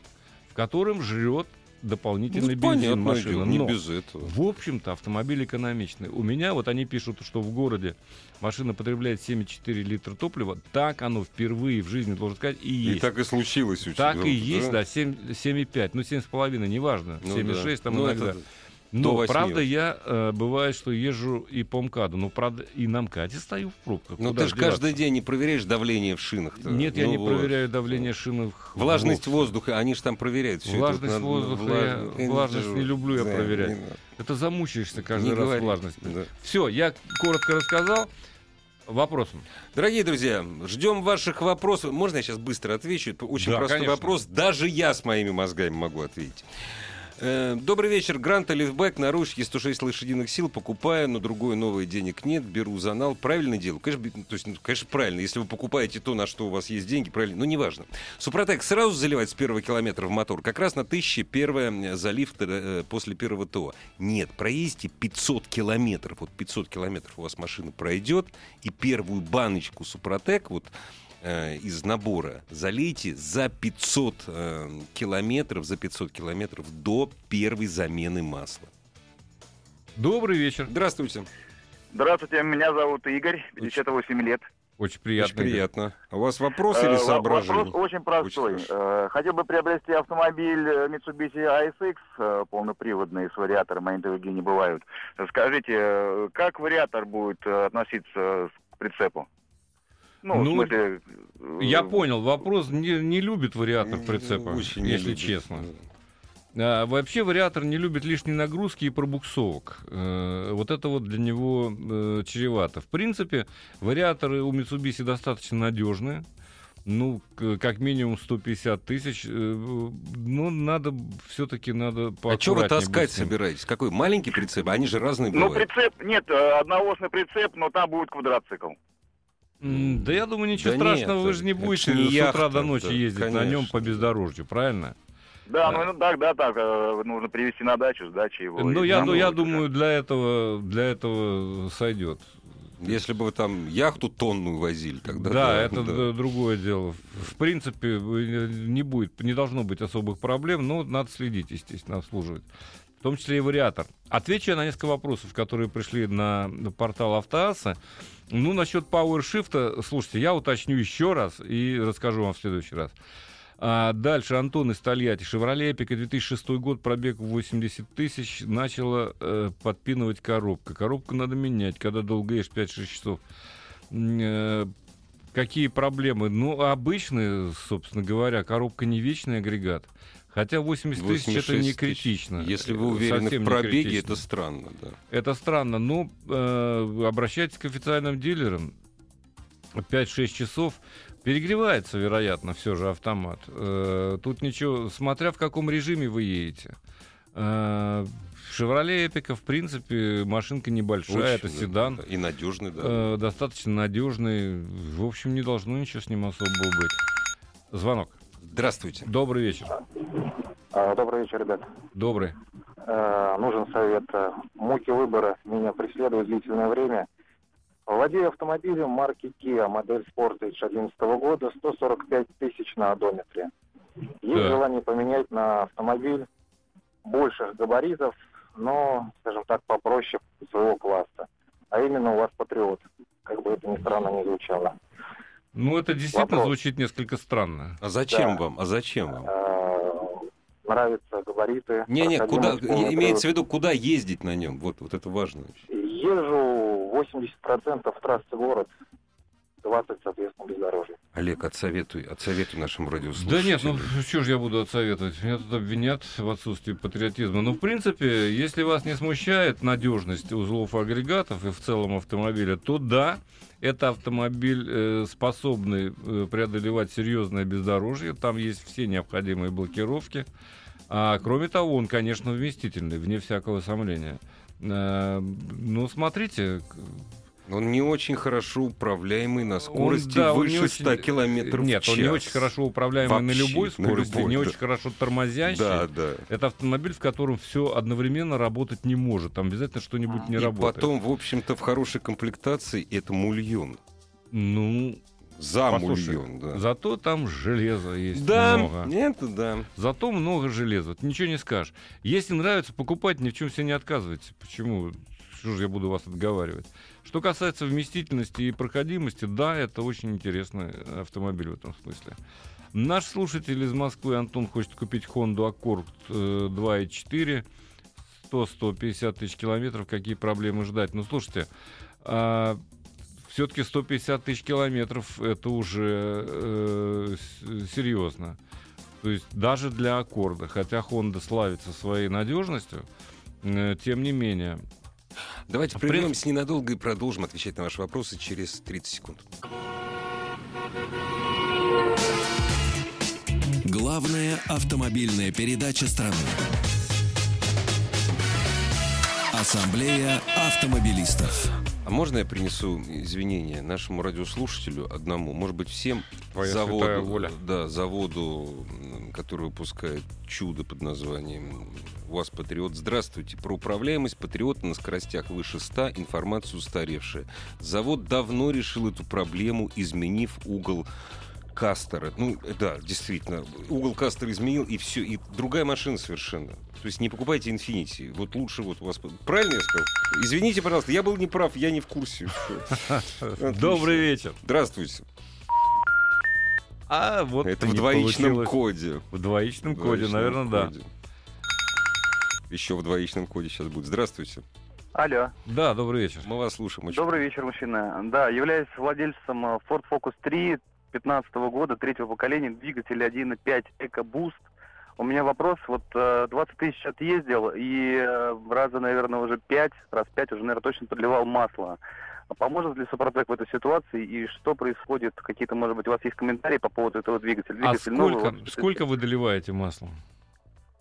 Speaker 2: в котором жрет
Speaker 1: Ну,
Speaker 2: дополнительный бензин
Speaker 1: понятное
Speaker 2: машина.
Speaker 1: дело, не
Speaker 2: Но
Speaker 1: без этого.
Speaker 2: в общем-то, автомобиль экономичный. У меня, вот они пишут, что в городе машина потребляет 7,4 литра топлива. Так оно впервые в жизни, должен сказать, и
Speaker 1: И
Speaker 2: есть.
Speaker 1: так и случилось у
Speaker 2: Так
Speaker 1: тебя,
Speaker 2: и есть, да, 7, 7,5, ну 7,5, неважно,
Speaker 1: Ну
Speaker 2: 7,6
Speaker 1: да.
Speaker 2: там
Speaker 1: Ну,
Speaker 2: иногда.
Speaker 1: это да.
Speaker 2: Но,
Speaker 1: 8.
Speaker 2: правда, я, э, бывает, что езжу и по МКАДу, но, правда, и на МКАДе стою в пробках.
Speaker 1: Ну
Speaker 2: Куда
Speaker 1: ты же
Speaker 2: ж деваться?
Speaker 1: каждый день не проверяешь давление в шинах.
Speaker 2: Нет, я не проверяю давление шин. в-
Speaker 1: Влажность
Speaker 2: в-
Speaker 1: воздуха, они же там проверяют все
Speaker 2: Влажность воздуха я- влажность не люблю я проверять. Это замучаешься каждый раз влажность. Все, я коротко рассказал. Вопросом.
Speaker 1: Дорогие друзья, ждем ваших вопросов. Можно я сейчас быстро отвечу? Очень
Speaker 2: Да,
Speaker 1: простой
Speaker 2: конечно.
Speaker 1: вопрос. Даже я с моими мозгами могу ответить. Э, Добрый вечер. Гранта Лифбэк на ручке 106 лошадиных сил покупаю, но другой новый денег нет, беру занал. Правильно делаю? Конечно, б- то есть, ну, конечно, правильно. Если вы покупаете то, на что у вас есть деньги, правильно. Но неважно. Супротек сразу заливать с первого километра в мотор. Как раз на 1000 первое залив э, после первого ТО. Нет, проездите 500 километров. Вот 500 километров у вас машина пройдет, и первую баночку Супротек, вот э, из набора залейте за 500 э, километров, за 500 километров до первой замены масла.
Speaker 2: Добрый вечер.
Speaker 1: Здравствуйте.
Speaker 8: Здравствуйте, меня зовут Игорь, 58 лет.
Speaker 2: Очень
Speaker 1: Очень
Speaker 2: приятно. Игорь.
Speaker 1: приятно. А у вас вопрос или
Speaker 8: Э, во-
Speaker 1: соображение?
Speaker 8: Вопрос очень простой.
Speaker 1: Очень
Speaker 8: Э, Хотел бы приобрести автомобиль э, Mitsubishi ASX, э, полноприводный, с вариатором, они другие не бывают. Скажите, э, как вариатор будет э, относиться к прицепу? Ну,
Speaker 2: Ну,
Speaker 8: в смысле... э,
Speaker 2: Я понял, вопрос не, не любит вариатор прицепа,
Speaker 1: Очень не
Speaker 2: если
Speaker 1: любит.
Speaker 2: честно. А, вообще вариатор не любит лишней нагрузки и пробуксовок. Э, вот это вот для него э, чревато. В принципе, вариаторы у Mitsubishi достаточно надежные. Ну, к- как минимум 150 тысяч. Э, ну, надо все-таки надо
Speaker 1: А что вы
Speaker 2: поаккуратнее
Speaker 1: таскать
Speaker 2: быть с ним.
Speaker 1: собираетесь? Какой маленький прицеп? Они же разные
Speaker 8: Ну,
Speaker 1: бывают.
Speaker 8: прицеп, нет, э, одноосный прицеп, но там будет квадроцикл.
Speaker 2: М, Да я думаю, ничего
Speaker 1: Да
Speaker 2: страшного,
Speaker 1: нет,
Speaker 2: вы же не
Speaker 1: это
Speaker 2: будете
Speaker 1: не
Speaker 2: с утра
Speaker 1: яхта,
Speaker 2: до ночи
Speaker 1: да,
Speaker 2: ездить на нем
Speaker 1: конечно.
Speaker 2: по бездорожью, правильно?
Speaker 8: Да,
Speaker 2: Да.
Speaker 8: ну, ну, так, да, так, э, нужно привезти на дачу, с дачи его.
Speaker 2: Ну,
Speaker 8: и
Speaker 2: я,
Speaker 8: там
Speaker 2: ну, я
Speaker 8: будет уже.
Speaker 2: думаю, для этого, для этого сойдет.
Speaker 1: Если бы вы там яхту тонную возили, тогда...
Speaker 2: да, это д- другое дело. В принципе, э, не будет, не должно быть особых проблем, но надо следить, естественно, обслуживать. В том числе и вариатор. Отвечу я на несколько вопросов, которые пришли на портал Автоаса. Ну, насчет PowerShift, слушайте, я уточню еще раз и расскажу вам в следующий раз. А дальше Антон из Тольятти. «Шевроле Эпика» 2006 год, пробег 80 тысяч, начала э, подпинывать коробка. Коробку надо менять, когда долго ешь 5-6 часов. М, э, какие проблемы? Ну, обычные, собственно говоря, коробка не вечный агрегат. Хотя 80 тысяч это
Speaker 1: 86
Speaker 2: не
Speaker 1: тысяч.
Speaker 2: критично. Э,
Speaker 1: Если вы уверены
Speaker 2: Совсем
Speaker 1: в
Speaker 2: не
Speaker 1: пробеге,
Speaker 2: критично.
Speaker 1: это странно, да.
Speaker 2: Это странно, но э, обращайтесь к официальным дилерам. 5-6 часов. Перегревается, вероятно, все же автомат. Э, тут ничего, смотря в каком режиме вы едете. Э, Шевроле Эпика, в принципе, машинка
Speaker 1: Очень,
Speaker 2: небольшая, это
Speaker 1: да,
Speaker 2: седан.
Speaker 1: да. И надежный, да.
Speaker 2: э, достаточно надежный. В общем, не должно ничего с ним особо быть. Звонок.
Speaker 1: Здравствуйте.
Speaker 2: Добрый вечер.
Speaker 9: А, Добрый вечер, ребят.
Speaker 2: Добрый.
Speaker 9: Э, нужен совет. Э, Муки выбора меня преследуют длительное время. Владею автомобилем марки Kia, модель Sportage 2011 года, 145 тысяч на одометре. Есть
Speaker 2: Так.
Speaker 9: желание поменять на автомобиль больших габаритов, но, скажем так, попроще своего класса. А именно у вас Патриот, как бы это ни странно не звучало.
Speaker 2: Ну, это действительно
Speaker 9: Вопрос.
Speaker 2: звучит несколько странно.
Speaker 1: А зачем
Speaker 9: Да.
Speaker 1: вам? А зачем вам?
Speaker 9: Э, Нравятся габариты.
Speaker 1: Не-не, куда,
Speaker 9: проходимость полный
Speaker 1: и- имеется в
Speaker 9: привод.
Speaker 1: виду, куда ездить на нем. Вот, вот это важно. очень.
Speaker 9: Езжу 80% трассы город, 20, соответственно, бездорожье.
Speaker 1: Олег, отсоветуй, отсоветуй нашим радиослушателям.
Speaker 2: Да нет, ну что же я буду отсоветовать? Меня тут обвинят в отсутствии патриотизма. Но, в принципе, если вас не смущает надежность узлов и агрегатов и в целом автомобиля, то да, это автомобиль, э, способный э, преодолевать серьезное бездорожье. Там есть все необходимые блокировки. А, кроме того, он, конечно, вместительный, вне всякого сомнения. Э, ну, смотрите, к-
Speaker 1: Он не очень хорошо управляемый на скорости
Speaker 2: да, он не
Speaker 1: выше
Speaker 2: очень- э,
Speaker 1: 100 километров в
Speaker 2: Нет,
Speaker 1: час.
Speaker 2: он не очень хорошо управляемый на
Speaker 1: Вообще,
Speaker 2: любой
Speaker 1: на
Speaker 2: скорости,
Speaker 1: любой,
Speaker 2: не
Speaker 1: да.
Speaker 2: очень хорошо тормозящий.
Speaker 1: Да, да.
Speaker 2: Это автомобиль, в котором все одновременно работать не может. Там обязательно что-нибудь не
Speaker 1: А, и
Speaker 2: работает.
Speaker 1: потом, в общем-то, в хорошей комплектации это мульон.
Speaker 2: Ну,
Speaker 1: За
Speaker 2: Послушай,
Speaker 1: мульон, да.
Speaker 2: зато там железо есть
Speaker 1: Да,
Speaker 2: много.
Speaker 1: это да.
Speaker 2: Зато много железа. Ты ничего не скажешь. Если нравится, покупать, ни в чем себе не отказывайте. Почему? Что же я буду вас отговаривать? Что касается вместительности и проходимости, да, это очень интересный автомобиль в этом смысле. Наш слушатель из Москвы, Антон, хочет купить Honda Accord э, 2.4. 100-150 тысяч километров. Какие проблемы ждать? Ну, слушайте, а, все-таки 150 тысяч километров это уже э, с- серьезно. То есть даже для аккорда, хотя Honda славится своей надежностью, э, тем не менее.
Speaker 1: Давайте
Speaker 2: В принципе-
Speaker 1: прервемся ненадолго и продолжим отвечать на ваши вопросы через 30 секунд.
Speaker 4: Главная автомобильная передача страны. Ассамблея автомобилистов.
Speaker 1: А можно я принесу извинения нашему радиослушателю одному, может быть, всем
Speaker 2: Твоя святая
Speaker 1: заводу,
Speaker 2: воля.
Speaker 1: да, заводу, м, который выпускает чудо под названием «УАЗ Патриот». Здравствуйте. Про управляемость Патриота на скоростях выше 100 информация устаревшая. Завод давно решил эту проблему, изменив угол Кастера. Ну, да, действительно. Угол Кастера изменил, и все. И другая машина совершенно. То есть не покупайте Infinity. Вот лучше вот у вас... Правильно я сказал? Извините, пожалуйста, я был неправ, я не в курсе. Отлично.
Speaker 2: Добрый вечер.
Speaker 1: Здравствуйте.
Speaker 2: А вот
Speaker 1: Это
Speaker 2: и
Speaker 1: в
Speaker 2: не
Speaker 1: двоичном
Speaker 2: получилось.
Speaker 1: коде.
Speaker 2: В двоичном коде, наверное, да.
Speaker 1: Еще в двоичном коде сейчас будет. Здравствуйте.
Speaker 8: Алло.
Speaker 2: Да, добрый вечер.
Speaker 1: Мы вас слушаем. очень.
Speaker 8: Добрый вечер, мужчина. Да, являюсь владельцем э, Ford Focus 3 15 года, третьего поколения, двигатель 1.5 EcoBoost. У меня вопрос, вот э, 20 тысяч отъездил и э, раза, наверное, уже 5, раз 5 уже, наверное, точно подливал масло. А Поможет ли Супротек в этой ситуации и что происходит? Какие-то, может быть, у вас есть комментарии по поводу этого двигателя?
Speaker 2: А
Speaker 8: Двигатель новый,
Speaker 2: сколько,
Speaker 8: вот,
Speaker 2: сколько вы доливаете масло?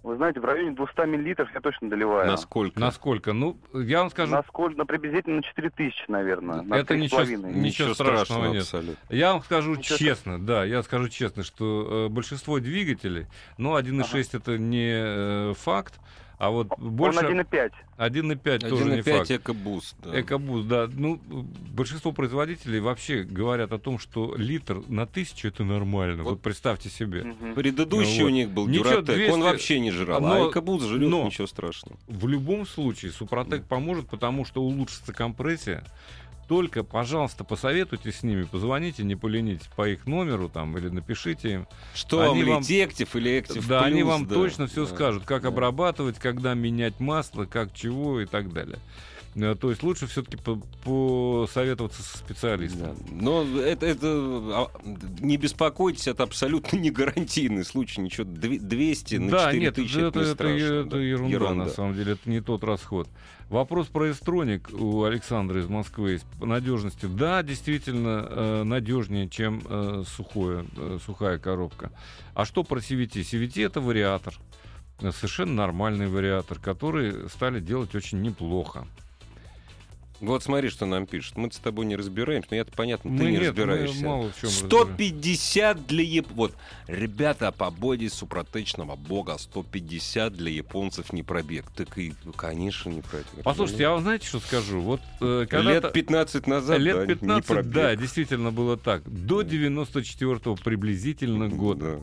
Speaker 8: Вы знаете, в районе 200 миллилитров я точно доливаю.
Speaker 1: Насколько?
Speaker 2: Насколько? Ну, я вам скажу,
Speaker 8: Насколько? На приблизительно 4 тысячи, наверное. на
Speaker 2: Это
Speaker 8: 3,5.
Speaker 2: ничего- Ничего страшного нет.
Speaker 1: абсолютно.
Speaker 2: Я вам скажу
Speaker 8: Ничего
Speaker 2: честно, да, я скажу честно, что э, большинство двигателей, ну, 1.6 это не э, факт, а вот больше
Speaker 8: Он 1,5.
Speaker 2: 1.5 тоже не
Speaker 1: 1,5
Speaker 2: факт.
Speaker 1: экобуст. да.
Speaker 2: Экобуз, да. Ну, э, большинство производителей вообще говорят о том, что литр на тысячу это нормально. Вот,
Speaker 1: Вот.
Speaker 2: представьте себе.
Speaker 8: Мгм.
Speaker 1: Предыдущий
Speaker 2: Ну
Speaker 1: у
Speaker 2: вот.
Speaker 1: них был
Speaker 2: Ничего,
Speaker 1: Дюратек,
Speaker 2: 200
Speaker 1: он вообще не жрал.
Speaker 2: Но-
Speaker 1: А Экобуст жрет,
Speaker 2: но-
Speaker 1: ничего страшного.
Speaker 2: В любом случае Супротек поможет, потому что улучшится компрессия. Только, пожалуйста, посоветуйтесь с ними, позвоните, не поленитесь по их номеру там или напишите им.
Speaker 1: Что
Speaker 2: Они
Speaker 1: вам,
Speaker 2: вам-
Speaker 1: Литектив или Эктив
Speaker 2: да, они
Speaker 1: Плюс,
Speaker 2: вам
Speaker 1: да,
Speaker 2: точно все
Speaker 1: да.
Speaker 2: скажут, как
Speaker 1: да.
Speaker 2: обрабатывать, когда менять масло, как чего и так далее. Э, То есть лучше все-таки посоветоваться со
Speaker 1: Да.
Speaker 2: специалистом.
Speaker 1: Но это, это а, не беспокойтесь, это абсолютно не гарантийный случай. Ничего, две- 200 на
Speaker 2: Да,
Speaker 1: 4
Speaker 2: нет,
Speaker 1: тысячи
Speaker 2: это,
Speaker 1: это, не
Speaker 2: это-
Speaker 1: страшно.
Speaker 2: это
Speaker 1: да.
Speaker 2: ерунда, на самом деле, это не тот расход. Вопрос про эстроник у Александра из Москвы есть по надежности. Да, действительно надежнее, чем э, сухое, э, сухая коробка. А что про CVT? CVT это вариатор. Э, Совершенно нормальный вариатор, который стали делать очень неплохо.
Speaker 1: Вот смотри, что нам пишут. Мы с тобой не разбираемся, но я-то понятно,
Speaker 2: Мы
Speaker 1: Ну, ты не
Speaker 2: нет, мы
Speaker 1: разбираешься.
Speaker 2: мало в чём разбираемся.
Speaker 1: 150 для яп... Вот, ребята, по боди супротечного бога 150 для японцев не пробег. Так и, ну, конечно, не пробег.
Speaker 2: Послушайте, я вам знаете, что скажу? Вот э, когда-то-
Speaker 1: Лет 15 назад,
Speaker 2: лет
Speaker 1: да,
Speaker 2: 15,
Speaker 1: не пробег.
Speaker 2: да, действительно было так. До 94 приблизительно года.
Speaker 1: Да.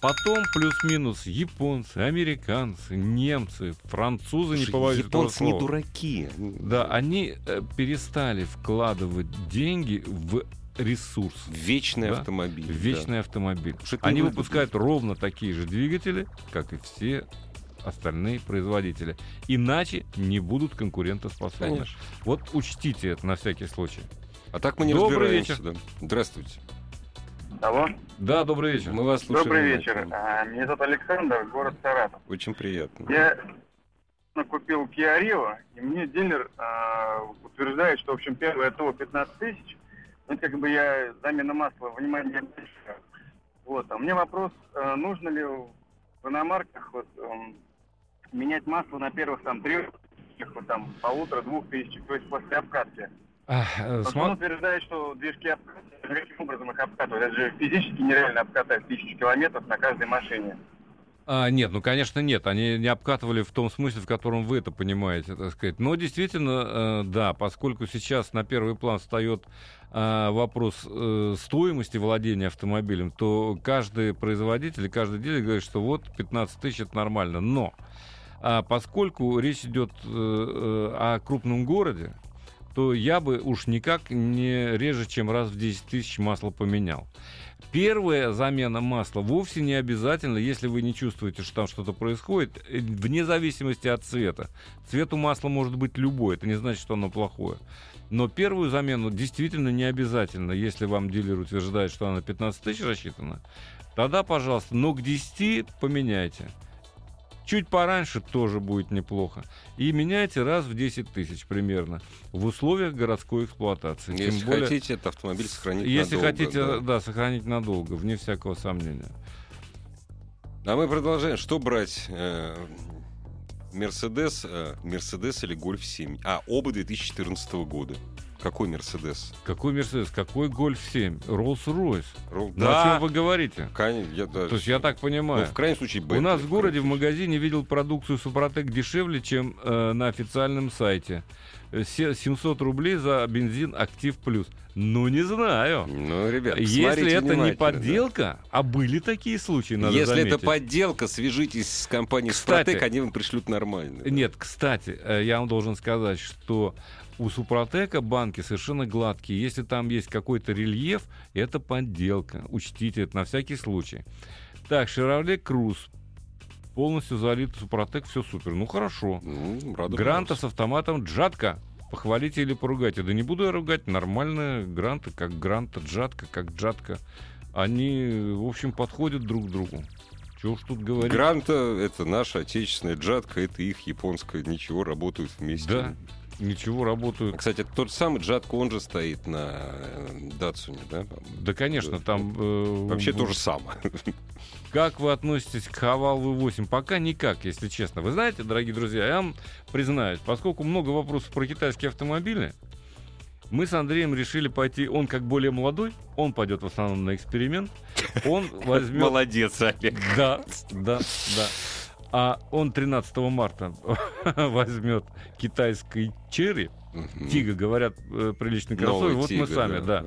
Speaker 2: Потом плюс-минус японцы, американцы, немцы, французы не
Speaker 1: Слушай,
Speaker 2: побоюсь этого
Speaker 1: Японцы не
Speaker 2: слова.
Speaker 1: дураки. они-
Speaker 2: Да, они э, перестали вкладывать деньги в ресурс,
Speaker 1: Вечный
Speaker 2: Да.
Speaker 1: автомобиль.
Speaker 2: в
Speaker 1: да.
Speaker 2: вечный автомобиль.
Speaker 1: Потому что это
Speaker 2: Они
Speaker 1: невыгодно.
Speaker 2: выпускают ровно такие же двигатели, как и все остальные производители. Иначе не будут конкурентоспособны.
Speaker 1: Конечно.
Speaker 2: Вот учтите это на всякий случай.
Speaker 1: А так мы не
Speaker 2: Добрый
Speaker 1: разбираемся. да. Здравствуйте.
Speaker 8: Алло.
Speaker 2: Да, добрый вечер.
Speaker 1: Мы вас слушаем.
Speaker 8: Добрый вечер.
Speaker 1: внимательно.
Speaker 8: А, Меня зовут Александр, город Саратов.
Speaker 1: Очень приятно.
Speaker 8: Я ну, купил Kia Rio, и мне дилер а, утверждает, что, в общем, первое ТО 15 тысяч. Ну, как бы я замена масла, внимание, не обращаю. Вот, а у меня вопрос, а, нужно ли в иномарках вот, эм, менять масло на первых там трех, вот там полутора-двух тысяч, то есть после обкатки.
Speaker 2: А, э,
Speaker 8: Просто
Speaker 2: смо-
Speaker 8: Он утверждает, что движки обкатывают, каким образом их обкатывают? Это же физически нереально обкатать тысячу километров на каждой машине.
Speaker 2: А, нет, ну, конечно, нет. Они не обкатывали в том смысле, в котором вы это понимаете, так сказать. Но действительно, э, да, поскольку сейчас на первый план встает э, вопрос э, стоимости владения автомобилем, то каждый производитель, и каждый дилер говорит, что вот 15 тысяч это нормально. Но а, поскольку речь идет э, э, о крупном городе, то я бы уж никак не реже, чем раз в 10 тысяч масло поменял. Первая замена масла вовсе не обязательно, если вы не чувствуете, что там что-то происходит, э, вне зависимости от цвета. Цвет у масла может быть любой, это не значит, что оно плохое. Но первую замену действительно не обязательно, если вам дилер утверждает, что она 15 тысяч рассчитана, тогда, пожалуйста, но к 10 поменяйте. Чуть пораньше тоже будет неплохо. И меняйте раз в 10 тысяч примерно в условиях городской эксплуатации. Тем
Speaker 1: Если
Speaker 2: более-
Speaker 1: хотите, этот автомобиль сохранить
Speaker 2: если
Speaker 1: надолго,
Speaker 2: хотите, э,
Speaker 1: да.
Speaker 2: да. сохранить надолго, вне всякого сомнения.
Speaker 1: А мы продолжаем. Что брать? э, Мерседес, э, Мерседес или Гольф 7? А, оба 2014 года. Какой Мерседес?
Speaker 2: Какой Мерседес, какой Гольф 7, Роллс-Ройс.
Speaker 1: Ролл-
Speaker 2: Да. О чем вы говорите?
Speaker 1: Кон- я, да.
Speaker 2: То есть я так
Speaker 1: Ну,
Speaker 2: понимаю.
Speaker 1: в крайнем случае,
Speaker 2: У
Speaker 1: Бентли.
Speaker 2: нас в городе в магазине видел продукцию Супротек дешевле, чем э, на официальном сайте. Э, се- 700 рублей за бензин Актив Плюс. Ну, не знаю.
Speaker 1: Ну, ребят,
Speaker 2: Если
Speaker 1: посмотрите
Speaker 2: это не
Speaker 1: внимательно, да.
Speaker 2: подделка, а были такие случаи, надо
Speaker 1: Если
Speaker 2: заметить.
Speaker 1: это подделка, свяжитесь с компанией
Speaker 2: Кстати.
Speaker 1: Стратек, они вам пришлют нормально. да.
Speaker 2: Нет, кстати, э, я вам должен сказать, что у Супротека банки совершенно гладкие. Если там есть какой-то рельеф, это подделка. Учтите это на всякий случай. Так, Шевроле Круз. Полностью залит Супротек, все супер. Ну хорошо.
Speaker 1: Ну, рада
Speaker 2: Гранта с автоматом Джатка. Похвалите или поругайте. Да не буду я ругать. Нормальная Гранта, как Гранта, Джатка, как Джатка. Они, в общем, подходят друг к другу. Чего уж тут
Speaker 1: богу.
Speaker 2: говорить.
Speaker 1: Гранта это наша отечественная джатка, это их японская, ничего, работают вместе. Ну,
Speaker 2: Да, ничего, работают.
Speaker 1: Кстати, это тот же самый джатка, он же стоит на э, Датсуне, да?
Speaker 2: Да, конечно, там... э,
Speaker 1: Вообще
Speaker 2: в-
Speaker 1: то же самое.
Speaker 2: Как вы относитесь к Хавал V8? Пока никак, если честно. Вы знаете, дорогие друзья, я вам признаюсь, поскольку много вопросов про китайские автомобили, мы с Андреем решили пойти, он как более молодой, он пойдет в основном на эксперимент, он возьмет...
Speaker 1: Молодец, Олег.
Speaker 2: Да, да, да. А он 13 марта возьмет китайской черри, Тига, говорят, э, приличный кроссовер, вот мы сами, да.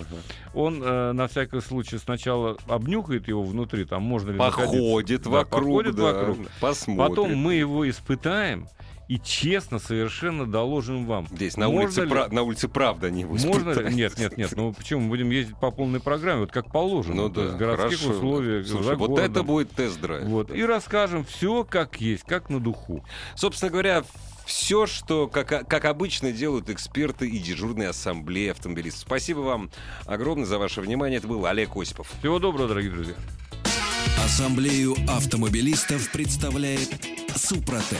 Speaker 2: Он э, на всякий случай сначала обнюхает его внутри, там можно ли находиться.
Speaker 1: Походит
Speaker 2: Да,
Speaker 1: вокруг,
Speaker 2: походит
Speaker 1: да,
Speaker 2: вокруг.
Speaker 1: посмотрит.
Speaker 2: Потом мы его испытаем и честно совершенно доложим вам.
Speaker 1: Здесь на
Speaker 2: Можно
Speaker 1: улице,
Speaker 2: ли-
Speaker 1: пра- на улице правда не его
Speaker 2: Можно ли?
Speaker 1: испытать.
Speaker 2: Нет, нет, нет. Ну почему? Мы будем ездить по полной программе, вот как положено.
Speaker 1: Ну
Speaker 2: то
Speaker 1: да,
Speaker 2: есть в городских
Speaker 1: хорошо.
Speaker 2: условиях,
Speaker 1: Слушай,
Speaker 2: за
Speaker 1: вот
Speaker 2: городом.
Speaker 1: это будет тест-драйв.
Speaker 2: Вот. И расскажем все как есть, как на духу.
Speaker 1: Собственно говоря, все, что, как, о- как обычно, делают эксперты и дежурные ассамблеи автомобилистов. Спасибо вам огромное за ваше внимание. Это был Олег Осипов.
Speaker 2: Всего доброго, дорогие друзья.
Speaker 4: Ассамблею автомобилистов представляет Супротек.